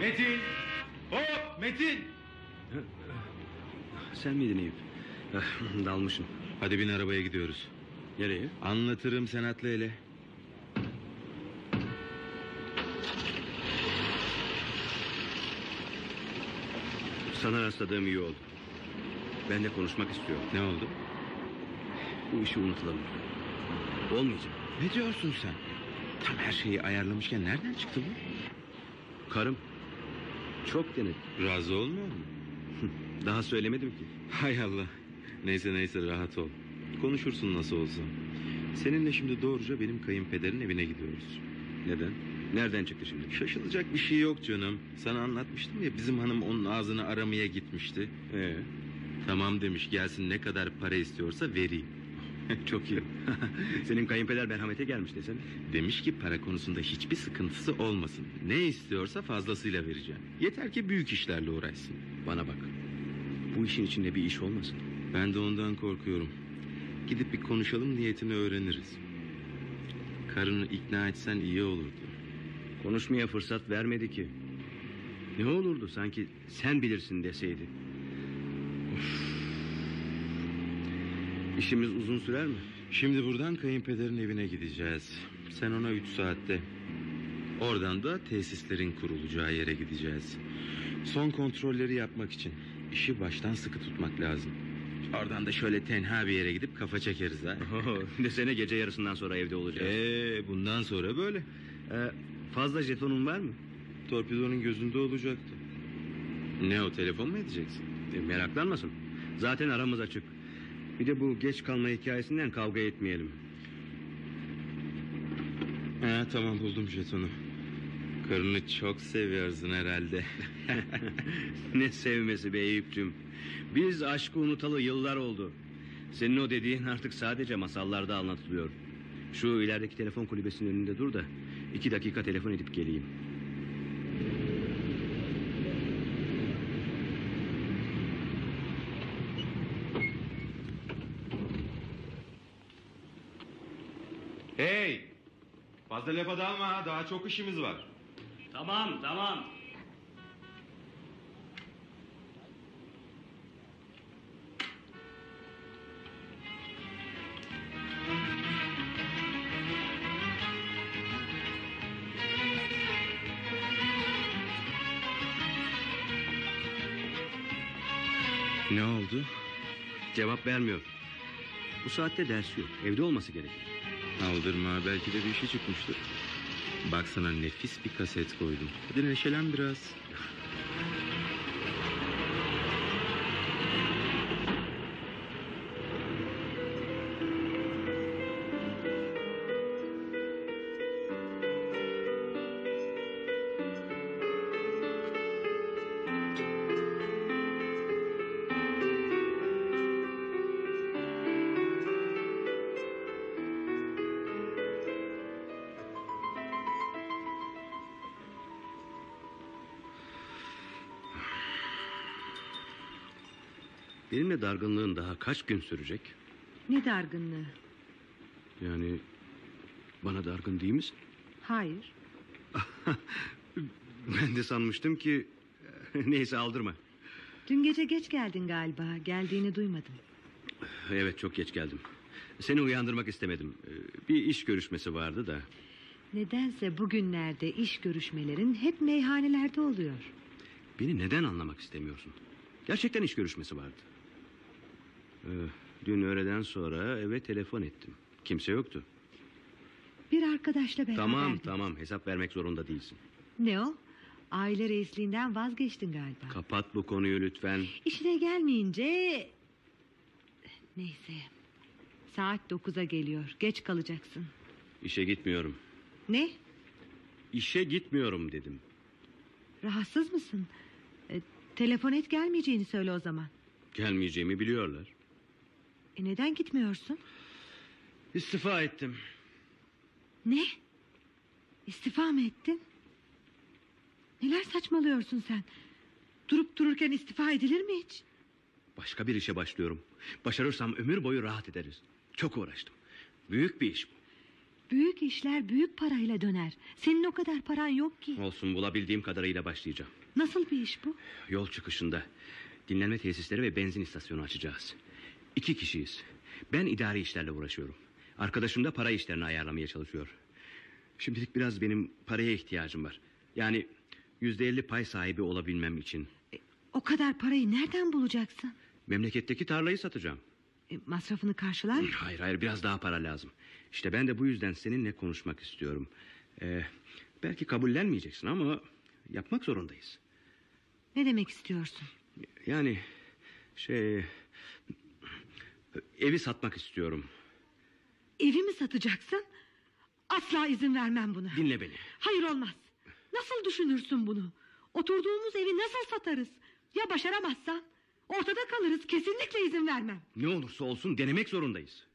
Speaker 9: Metin! Hop Metin!
Speaker 6: Sen miydin Eyüp?
Speaker 4: Dalmışım.
Speaker 5: Hadi bin arabaya gidiyoruz.
Speaker 4: Nereye?
Speaker 5: Anlatırım senatlı ele.
Speaker 4: Sana rastladığım iyi oldu. Ben de konuşmak istiyorum.
Speaker 5: Ne oldu?
Speaker 4: Bu işi unutalım. Olmayacak.
Speaker 5: Ne diyorsun sen? Tam her şeyi ayarlamışken nereden çıktı bu?
Speaker 4: Karım. Çok denedim.
Speaker 5: Razı olmuyor mu?
Speaker 4: Daha söylemedim ki.
Speaker 5: Hay Allah. Neyse neyse rahat ol. Konuşursun nasıl olsa. Seninle şimdi doğruca benim kayınpederin evine gidiyoruz.
Speaker 4: Neden? Nereden çıktı şimdi?
Speaker 5: Şaşılacak bir şey yok canım. Sana anlatmıştım ya bizim hanım onun ağzını aramaya gitmişti.
Speaker 4: Ee,
Speaker 5: Tamam demiş gelsin ne kadar para istiyorsa vereyim.
Speaker 4: çok iyi. Senin kayınpeder merhamete gelmiş desene.
Speaker 5: Demiş ki para konusunda hiçbir sıkıntısı olmasın. Ne istiyorsa fazlasıyla vereceğim. Yeter ki büyük işlerle uğraşsın.
Speaker 4: Bana bak. Bu işin içinde bir iş olmasın.
Speaker 5: Ben de ondan korkuyorum. Gidip bir konuşalım niyetini öğreniriz. Karını ikna etsen iyi olurdu.
Speaker 4: Konuşmaya fırsat vermedi ki. Ne olurdu sanki sen bilirsin deseydi. Of. İşimiz uzun sürer mi?
Speaker 5: Şimdi buradan kayınpederin evine gideceğiz. Sen ona üç saatte. Oradan da tesislerin kurulacağı yere gideceğiz. Son kontrolleri yapmak için işi baştan sıkı tutmak lazım. Oradan da şöyle tenha bir yere gidip kafa çekeriz ha.
Speaker 4: Desene gece yarısından sonra evde olacağız.
Speaker 5: Ee, bundan sonra böyle.
Speaker 4: Ee, fazla jetonun var mı?
Speaker 5: Torpidonun gözünde olacaktı. Ne o telefon mu edeceksin?
Speaker 4: E, meraklanmasın. Zaten aramız açık. Bir de bu geç kalma hikayesinden kavga etmeyelim.
Speaker 5: Ha, tamam buldum jetonu. Karını çok seviyorsun herhalde.
Speaker 4: ne sevmesi be Eyüp'cüm. Biz aşkı unutalı yıllar oldu. Senin o dediğin artık sadece masallarda anlatılıyor. Şu ilerideki telefon kulübesinin önünde dur da... ...iki dakika telefon edip geleyim.
Speaker 5: Hey! Fazla lafa dalma ha. Daha çok işimiz var.
Speaker 4: Tamam tamam.
Speaker 5: Ne oldu?
Speaker 4: Cevap vermiyor. Bu saatte ders yok. Evde olması gerekir.
Speaker 5: Aldırma. Belki de bir işi çıkmıştır. Baksana nefis bir kaset koydum. Hadi neşelen biraz.
Speaker 4: Benimle dargınlığın daha kaç gün sürecek?
Speaker 3: Ne dargınlığı?
Speaker 4: Yani bana dargın değil misin?
Speaker 3: Hayır.
Speaker 4: Ben de sanmıştım ki... eh, Neyse aldırma.
Speaker 3: Dün gece geç geldin galiba. Geldiğini duymadım.
Speaker 4: Evet çok geç geldim. Seni uyandırmak istemedim. Ee, Bir iş görüşmesi vardı da.
Speaker 3: Nedense bugünlerde iş görüşmelerin hep meyhanelerde oluyor.
Speaker 4: Beni neden anlamak istemiyorsun? Gerçekten iş görüşmesi vardı. Ee, Dün öğleden sonra eve telefon ettim. Kimse yoktu.
Speaker 3: Bir arkadaşla beraber.
Speaker 4: Tamam tamam hesap vermek zorunda değilsin.
Speaker 3: Ne o? Aile reisliğinden vazgeçtin galiba.
Speaker 4: Kapat bu konuyu lütfen.
Speaker 3: İşine gelmeyince... Neyse. Saat dokuza geliyor. Geç kalacaksın.
Speaker 4: İşe gitmiyorum.
Speaker 3: Ne?
Speaker 4: İşe gitmiyorum dedim.
Speaker 3: Rahatsız mısın? E, telefon et gelmeyeceğini söyle o zaman.
Speaker 4: Gelmeyeceğimi biliyorlar.
Speaker 3: E, neden gitmiyorsun?
Speaker 4: İstifa ettim.
Speaker 3: Ne? İstifa mı ettin? Neler saçmalıyorsun sen? Durup dururken istifa edilir mi hiç?
Speaker 4: Başka bir işe başlıyorum. Başarırsam ömür boyu rahat ederiz. Çok uğraştım. Büyük bir iş bu.
Speaker 3: Büyük işler büyük parayla döner. Senin o kadar paran yok ki.
Speaker 4: Olsun bulabildiğim kadarıyla başlayacağım.
Speaker 3: Nasıl bir iş bu?
Speaker 4: Yol çıkışında dinlenme tesisleri ve benzin istasyonu açacağız. İki kişiyiz. Ben idari işlerle uğraşıyorum.
Speaker 6: Arkadaşım da para işlerini ayarlamaya çalışıyor. Şimdilik biraz benim paraya ihtiyacım var. Yani yüzde elli pay sahibi olabilmem için.
Speaker 3: O kadar parayı nereden bulacaksın?
Speaker 6: Memleketteki tarlayı satacağım.
Speaker 3: E, masrafını karşılar mı?
Speaker 6: Hayır hayır biraz daha para lazım. İşte ben de bu yüzden seninle konuşmak istiyorum. Ee, belki kabullenmeyeceksin ama yapmak zorundayız.
Speaker 3: Ne demek istiyorsun?
Speaker 6: Yani şey evi satmak istiyorum.
Speaker 3: Evi mi satacaksın? Asla izin vermem buna.
Speaker 6: Dinle beni.
Speaker 3: Hayır olmaz. Nasıl düşünürsün bunu? Oturduğumuz evi nasıl satarız? Ya başaramazsan? Ortada kalırız. Kesinlikle izin vermem.
Speaker 6: Ne olursa olsun denemek zorundayız.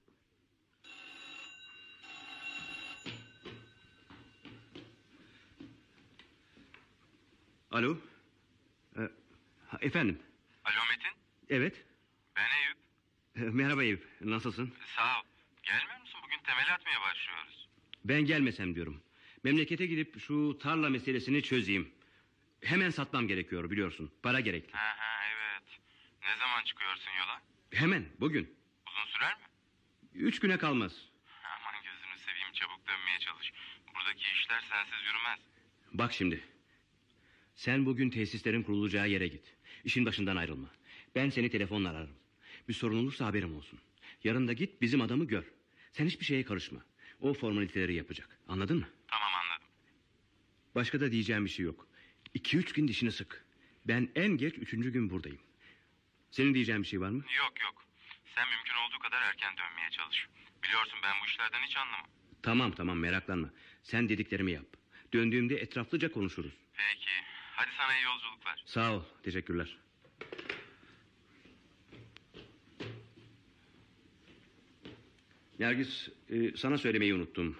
Speaker 6: Alo. Ee, ha, efendim.
Speaker 5: Alo Metin,
Speaker 6: Evet.
Speaker 5: ben Eyüp.
Speaker 6: Ee, Merhaba Eyüp. Nasılsın?
Speaker 5: Sağ ol. Gelmiyor musun? Bugün temel atmaya başlıyoruz.
Speaker 6: Ben gelmesem diyorum. Memlekete gidip şu tarla meselesini çözeyim. Hemen satmam gerekiyor biliyorsun. Para gerekli.
Speaker 5: Ha ha evet. Ne zaman çıkıyorsun yola?
Speaker 6: Hemen bugün.
Speaker 5: Uzun sürer mi?
Speaker 6: Üç güne kalmaz.
Speaker 5: Aman gözünü seveyim çabuk dönmeye çalış. Buradaki işler sensiz yürümez.
Speaker 6: Bak şimdi. Sen bugün tesislerin kurulacağı yere git. İşin başından ayrılma. Ben seni telefonla ararım. Bir sorun olursa haberim olsun. Yarın da git bizim adamı gör. Sen hiçbir şeye karışma. O formaliteleri yapacak. Anladın mı?
Speaker 5: Tamam anladım.
Speaker 6: Başka da diyeceğim bir şey yok. İki üç gün dişini sık. Ben en geç üçüncü gün buradayım. Senin diyeceğin bir şey var mı?
Speaker 5: Yok yok. Sen mümkün olduğu kadar erken dönmeye çalış. Biliyorsun ben bu işlerden hiç anlamam.
Speaker 6: Tamam tamam meraklanma. Sen dediklerimi yap. Döndüğümde etraflıca konuşuruz.
Speaker 5: Peki. Hadi sana iyi yolculuklar.
Speaker 6: Sağ ol. Teşekkürler. Nergis e, sana söylemeyi unuttum.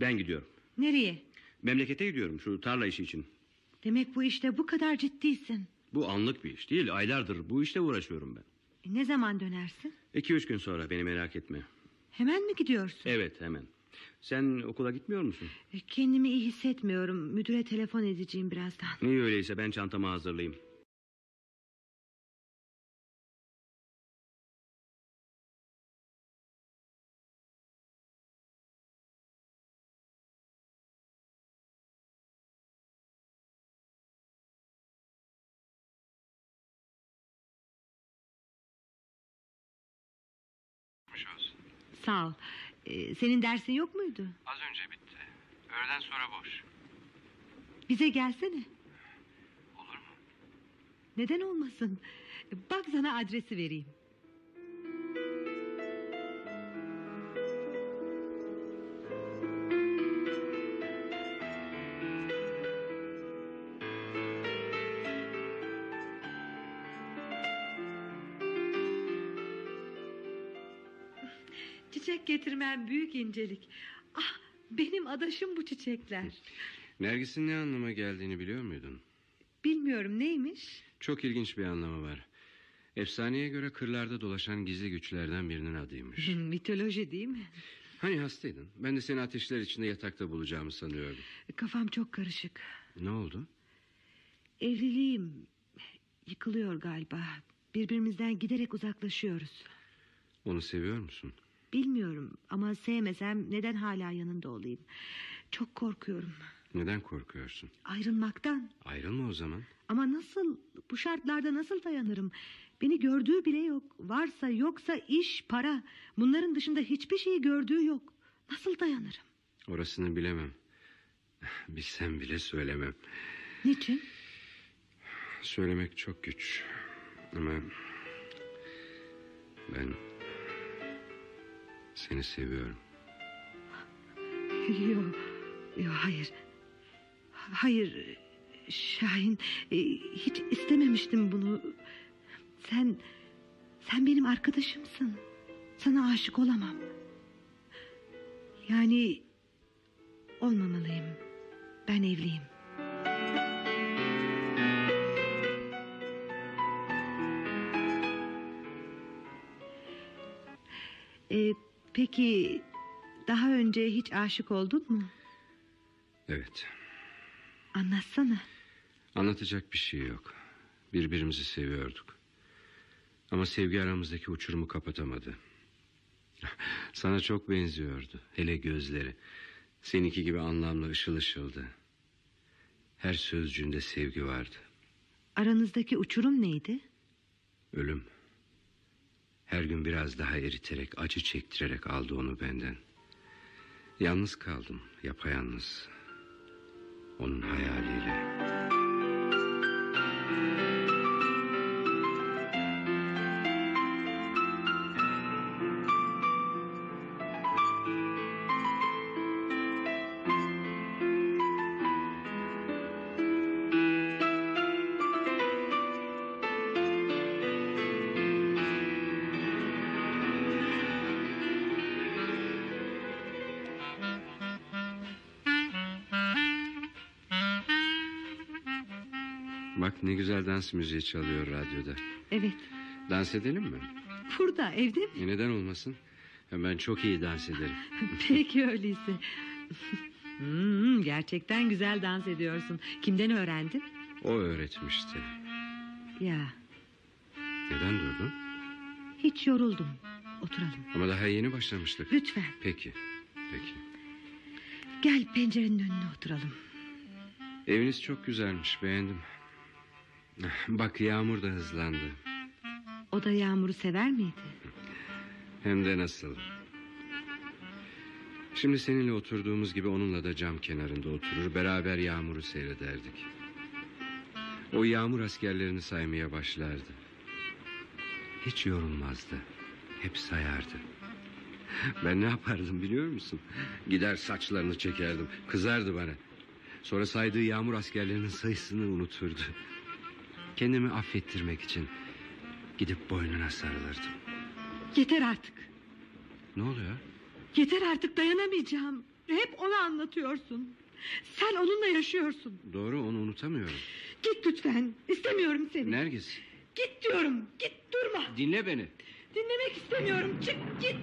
Speaker 6: Ben gidiyorum.
Speaker 3: Nereye?
Speaker 6: Memlekete gidiyorum şu tarla işi için.
Speaker 3: Demek bu işte bu kadar ciddiysin.
Speaker 6: Bu anlık bir iş değil. Aylardır bu işte uğraşıyorum ben.
Speaker 3: E, ne zaman dönersin?
Speaker 6: İki üç gün sonra beni merak etme.
Speaker 3: Hemen mi gidiyorsun?
Speaker 6: Evet hemen. Sen okula gitmiyor musun?
Speaker 3: E, kendimi iyi hissetmiyorum. Müdüre telefon edeceğim birazdan.
Speaker 6: İyi öyleyse ben çantamı hazırlayayım.
Speaker 5: Geçmiş olsun.
Speaker 3: Sağ ol. E, senin dersin yok muydu?
Speaker 5: Az önce bitti. Öğleden sonra boş.
Speaker 3: Bize gelsene.
Speaker 5: Olur mu?
Speaker 3: Neden olmasın? E, Bak sana adresi vereyim. Çiçek getirmen büyük incelik. Ah, benim adaşım bu çiçekler.
Speaker 4: Nergis'in ne anlama geldiğini biliyor muydun?
Speaker 3: Bilmiyorum neymiş?
Speaker 4: Çok ilginç bir anlamı var. Efsaneye göre kırlarda dolaşan gizli güçlerden birinin adıymış.
Speaker 3: Mitoloji değil mi?
Speaker 4: hani hastaydın? Ben de seni ateşler içinde yatakta bulacağımı sanıyordum.
Speaker 3: Kafam çok karışık.
Speaker 4: Ne oldu?
Speaker 3: Evliliğim yıkılıyor galiba. Birbirimizden giderek uzaklaşıyoruz.
Speaker 4: Onu seviyor musun?
Speaker 3: Bilmiyorum ama sevmesem neden hala yanında olayım? Çok korkuyorum.
Speaker 4: Neden korkuyorsun?
Speaker 3: Ayrılmaktan.
Speaker 4: Ayrılma o zaman.
Speaker 3: Ama nasıl, bu şartlarda nasıl dayanırım? Beni gördüğü bile yok. Varsa yoksa iş, para. Bunların dışında hiçbir şeyi gördüğü yok. Nasıl dayanırım?
Speaker 4: Orasını bilemem. Bilsem bile söylemem.
Speaker 3: Niçin?
Speaker 4: Söylemek çok güç. Ama ben seni seviyorum.
Speaker 3: Yok, yok hayır. Hayır Şahin, e, hiç istememiştim bunu. Sen, sen benim arkadaşımsın. Sana aşık olamam. Yani olmamalıyım. Ben evliyim. E, peki daha önce hiç aşık oldun mu?
Speaker 4: Evet.
Speaker 3: Anlatsana.
Speaker 4: Anlatacak bir şey yok. Birbirimizi seviyorduk. Ama sevgi aramızdaki uçurumu kapatamadı. Sana çok benziyordu. Hele gözleri. Seninki gibi anlamlı ışıl ışıldı. Her sözcüğünde sevgi vardı.
Speaker 3: Aranızdaki uçurum neydi?
Speaker 4: Ölüm. Her gün biraz daha eriterek, acı çektirerek aldı onu benden. Yalnız kaldım, yapayalnız. Onun hayaliyle. Bak ne güzel dans müziği çalıyor radyoda.
Speaker 3: Evet.
Speaker 4: Dans edelim mi?
Speaker 3: Burada evde mi?
Speaker 4: E neden olmasın? E Ben çok iyi dans ederim.
Speaker 3: Peki öyleyse. Hmm, gerçekten güzel dans ediyorsun. Kimden öğrendin?
Speaker 4: O öğretmişti.
Speaker 3: Ya
Speaker 4: Neden durdun?
Speaker 3: hiç yoruldum. Oturalım
Speaker 4: Ama daha yeni başlamıştık.
Speaker 3: lütfen.
Speaker 4: Peki, peki.
Speaker 3: Gel pencerenin önüne oturalım.
Speaker 4: Eviniz çok güzelmiş, beğendim. Bak yağmur da hızlandı.
Speaker 3: O da yağmuru sever miydi?
Speaker 4: Hem de nasıl. Şimdi seninle oturduğumuz gibi onunla da cam kenarında oturur beraber yağmuru seyrederdik. O yağmur askerlerini saymaya başlardı. Hiç yorulmazdı. Hep sayardı. Ben ne yapardım biliyor musun? Gider saçlarını çekerdim. Kızardı bana. Sonra saydığı yağmur askerlerinin sayısını unuturdu. Kendimi affettirmek için gidip boynuna sarılırdım.
Speaker 3: Yeter artık.
Speaker 4: Ne oluyor?
Speaker 3: Yeter artık dayanamayacağım. Hep onu anlatıyorsun. Sen onunla yaşıyorsun.
Speaker 4: Doğru onu unutamıyorum.
Speaker 3: Git lütfen. İstemiyorum seni.
Speaker 4: Nergis
Speaker 3: Git diyorum. Git durma.
Speaker 4: dinle beni.
Speaker 3: Dinlemek istemiyorum. Çık git.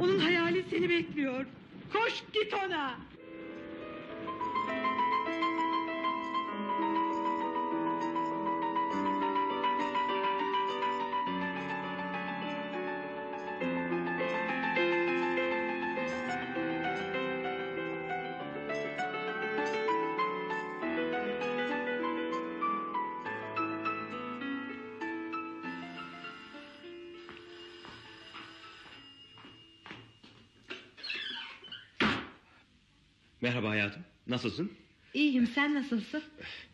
Speaker 3: Onun hayali seni bekliyor. Koş git ona.
Speaker 6: Merhaba hayatım. Nasılsın?
Speaker 3: İyiyim sen nasılsın?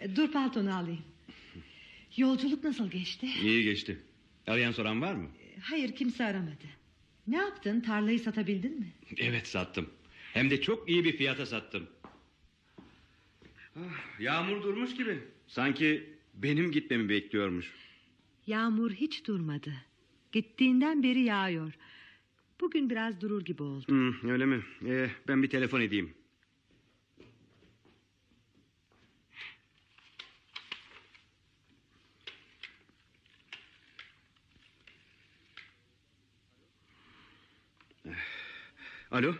Speaker 3: E, Dur paltonu alayım. Yolculuk nasıl geçti?
Speaker 6: İyi geçti. Arayan soran var mı?
Speaker 3: E, Hayır kimse aramadı. Ne yaptın tarlayı satabildin mi?
Speaker 6: Evet sattım. Hem de çok iyi bir fiyata sattım. Ah, yağmur durmuş gibi. Sanki benim gitmemi bekliyormuş.
Speaker 3: Yağmur hiç durmadı. Gittiğinden beri yağıyor. Bugün biraz durur gibi oldu.
Speaker 6: Hmm, öyle mi? Ee, ben bir telefon edeyim. Eh, Alo.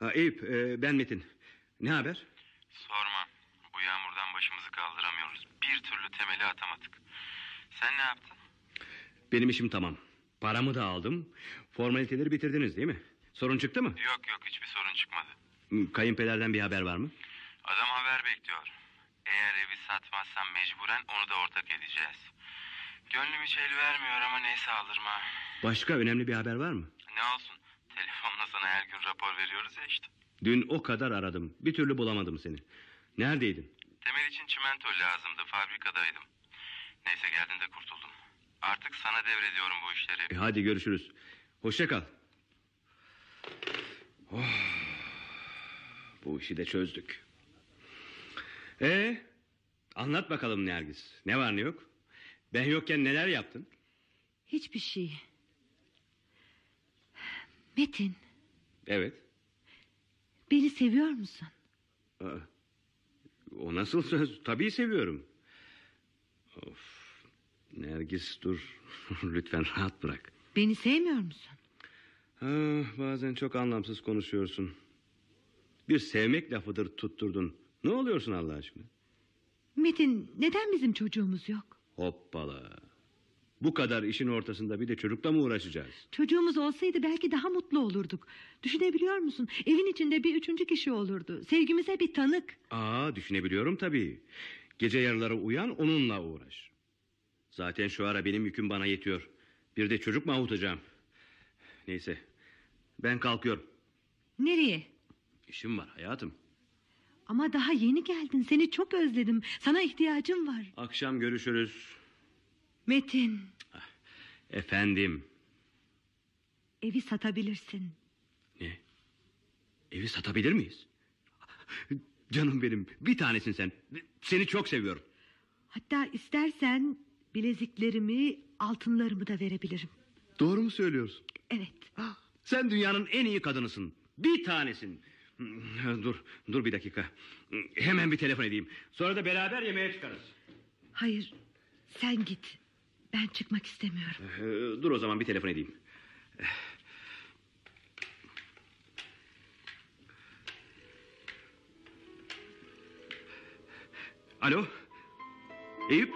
Speaker 6: Ha, Eyüp, e, ben Metin. Ne haber?
Speaker 5: Sorma. Bu yağmurdan başımızı kaldıramıyoruz. Bir türlü temeli atamadık. Sen ne yaptın?
Speaker 6: Benim işim tamam. Paramı da aldım. Formaliteleri bitirdiniz değil mi? Sorun çıktı mı? Hmm,
Speaker 5: Yok yok hiçbir sorun çıkmadı.
Speaker 6: Kayınpederden bir haber var mı?
Speaker 5: Adam haber bekliyor. Eğer evi satmazsam mecburen onu da ortak edeceğiz. Gönlüm hiç el vermiyor ama neyse alırım ha.
Speaker 6: Başka önemli bir haber var mı?
Speaker 5: Ne olsun telefonla sana her gün rapor veriyoruz ya işte.
Speaker 6: Dün o kadar aradım. Bir türlü bulamadım seni. Neredeydin?
Speaker 5: Temel için çimento lazımdı fabrikadaydım. Neyse geldin de kurtuldum. Artık sana devrediyorum bu
Speaker 6: E,
Speaker 5: işleri.
Speaker 6: hadi görüşürüz. Hoşça kal. Oh, bu işi de çözdük. E anlat bakalım Nergis. Ne var ne yok? Ben yokken neler yaptın?
Speaker 3: Hiçbir şey. Metin
Speaker 6: Evet.
Speaker 3: beni seviyor musun?
Speaker 6: Aa, O nasıl söz? Tabii seviyorum. Of. Nergis dur. Lütfen rahat bırak.
Speaker 3: Beni sevmiyor musun?
Speaker 6: Ha, bazen çok anlamsız konuşuyorsun. Bir sevmek lafıdır tutturdun. Ne oluyorsun Allah aşkına?
Speaker 3: Metin neden bizim çocuğumuz yok?
Speaker 6: Hoppala.
Speaker 4: Bu kadar işin ortasında bir de çocukla mı uğraşacağız?
Speaker 3: Çocuğumuz olsaydı belki daha mutlu olurduk. Düşünebiliyor musun? Evin içinde bir üçüncü kişi olurdu. Sevgimize bir tanık.
Speaker 4: Aa düşünebiliyorum tabii. Gece yarılara uyan onunla uğraş. Zaten şu ara benim yüküm bana yetiyor. Bir de çocuk mu avutacağım? Neyse ben kalkıyorum.
Speaker 3: Nereye?
Speaker 4: İşim var hayatım.
Speaker 3: Ama daha yeni geldin. Seni çok özledim. Sana ihtiyacım var.
Speaker 4: Akşam görüşürüz.
Speaker 3: Metin,
Speaker 4: Efendim
Speaker 3: evi satabilirsin.
Speaker 4: evi satabilir miyiz? Canım benim bir tanesin sen. Seni çok seviyorum.
Speaker 3: Hatta istersen bileziklerimi, altınlarımı da verebilirim.
Speaker 4: Doğru mu söylüyorsun?
Speaker 3: Evet.
Speaker 4: Sen dünyanın en iyi kadınısın. Bir tanesin. Dur, dur bir dakika. Hemen bir telefon edeyim. Sonra da beraber yemeğe çıkarız.
Speaker 3: Hayır, sen git. Ben çıkmak istemiyorum.
Speaker 4: Ee, Dur o zaman bir telefon edeyim. Alo? Eyüp?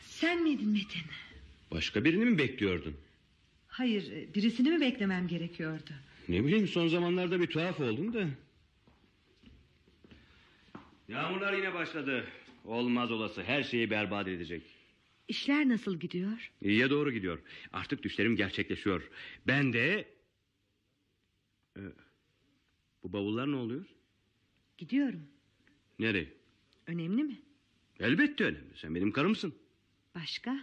Speaker 3: Sen miydin Metin?
Speaker 4: Başka birini mi bekliyordun?
Speaker 3: Hayır, birisini mi beklemem gerekiyordu?
Speaker 4: Ne bileyim son zamanlarda bir tuhaf oldun da. Yağmurlar yine başladı. Olmaz olası her şeyi berbat edecek.
Speaker 3: İşler nasıl gidiyor?
Speaker 4: İyiye doğru gidiyor. Artık düşlerim gerçekleşiyor. Ben de... Ee, bu bavullar ne oluyor?
Speaker 3: Gidiyorum.
Speaker 4: Nereye?
Speaker 3: Önemli mi?
Speaker 4: Elbette önemli. Sen benim karımsın.
Speaker 3: Başka?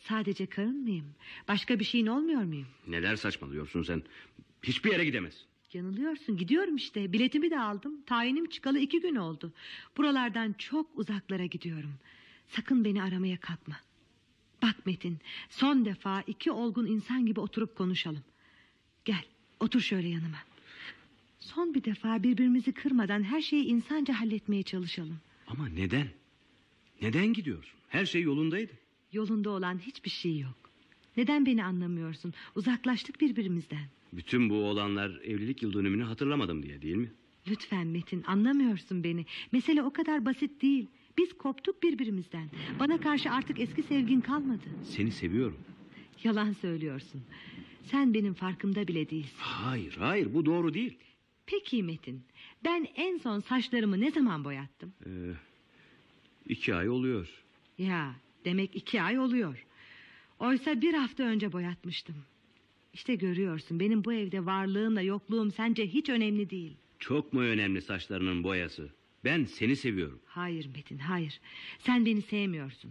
Speaker 3: Sadece karın mıyım? Başka bir şeyin olmuyor muyum?
Speaker 4: Neler saçmalıyorsun sen? Hiçbir yere gidemez.
Speaker 3: Yanılıyorsun gidiyorum işte biletimi de aldım Tayinim çıkalı iki gün oldu Buralardan çok uzaklara gidiyorum Sakın beni aramaya kalkma Bak Metin son defa iki olgun insan gibi oturup konuşalım Gel otur şöyle yanıma Son bir defa birbirimizi kırmadan her şeyi insanca halletmeye çalışalım
Speaker 4: Ama neden? Neden gidiyorsun? Her şey yolundaydı.
Speaker 3: Yolunda olan hiçbir şey yok Neden beni anlamıyorsun uzaklaştık birbirimizden
Speaker 4: Bütün bu olanlar evlilik yıl dönümünü hatırlamadım diye değil mi?
Speaker 3: Lütfen Metin anlamıyorsun beni. Mesele o kadar basit değil. Biz koptuk birbirimizden. Bana karşı artık eski sevgin kalmadı.
Speaker 4: Seni seviyorum.
Speaker 3: Yalan söylüyorsun. Sen benim farkımda bile değilsin.
Speaker 4: Hayır, hayır bu doğru değil.
Speaker 3: Peki Metin. Ben en son saçlarımı ne zaman boyattım?
Speaker 4: Ee, iki ay oluyor.
Speaker 3: Ya demek iki ay oluyor. Oysa bir hafta önce boyatmıştım. İşte görüyorsun benim bu evde varlığımla yokluğum sence hiç önemli değil.
Speaker 4: Çok mu önemli saçlarının boyası? Ben seni seviyorum.
Speaker 3: Hayır Metin hayır Sen beni sevmiyorsun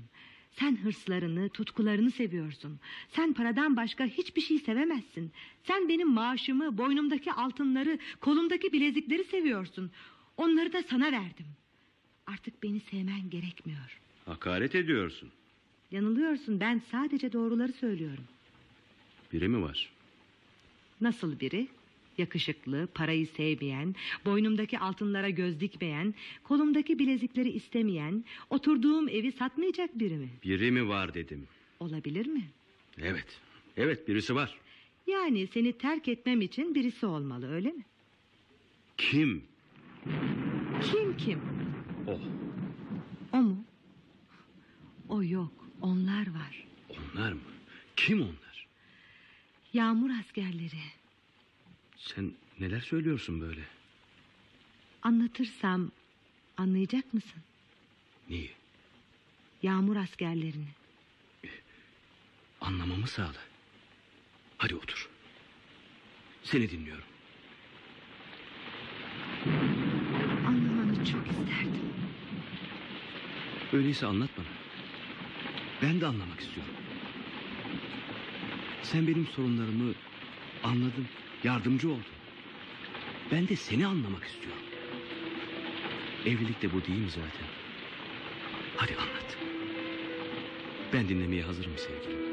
Speaker 3: Sen hırslarını tutkularını seviyorsun Sen paradan başka hiçbir şey sevemezsin Sen benim maaşımı Boynumdaki altınları Kolumdaki bilezikleri seviyorsun Onları da sana verdim Artık beni sevmen gerekmiyor
Speaker 4: Hakaret ediyorsun.
Speaker 3: Yanılıyorsun ben sadece doğruları söylüyorum
Speaker 4: Biri mi var?
Speaker 3: Nasıl biri? Yakışıklı, parayı sevmeyen, boynumdaki altınlara göz dikmeyen, kolumdaki bilezikleri istemeyen, oturduğum evi satmayacak biri mi?
Speaker 4: Biri mi var dedim.
Speaker 3: Olabilir mi?
Speaker 4: Evet. Evet birisi var.
Speaker 3: Yani seni terk etmem için birisi olmalı öyle mi?
Speaker 4: Kim?
Speaker 3: Kim kim?
Speaker 4: O.
Speaker 3: O mu? O yok. Onlar var.
Speaker 4: Onlar mı? Kim onlar?
Speaker 3: Yağmur askerleri.
Speaker 4: Sen neler söylüyorsun böyle?
Speaker 3: Anlatırsam anlayacak mısın?
Speaker 4: Niye?
Speaker 3: Yağmur askerlerini.
Speaker 4: Anlamamı sağla. Hadi otur. Seni dinliyorum.
Speaker 3: Anlamanı çok isterdim.
Speaker 4: Öyleyse anlat bana. Ben de anlamak istiyorum. Sen benim sorunlarımı anladın, yardımcı oldun. Ben de seni anlamak istiyorum. Evlilik de bu değil mi zaten? Hadi anlat. Ben dinlemeye hazırım sevgilim.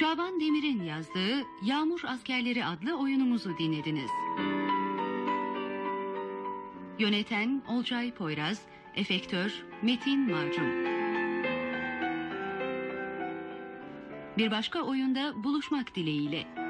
Speaker 3: Şaban Demir'in yazdığı Yağmur Askerleri adlı oyunumuzu dinlediniz. Yöneten Olcay Poyraz, efektör Metin Macun. Bir başka oyunda buluşmak dileğiyle.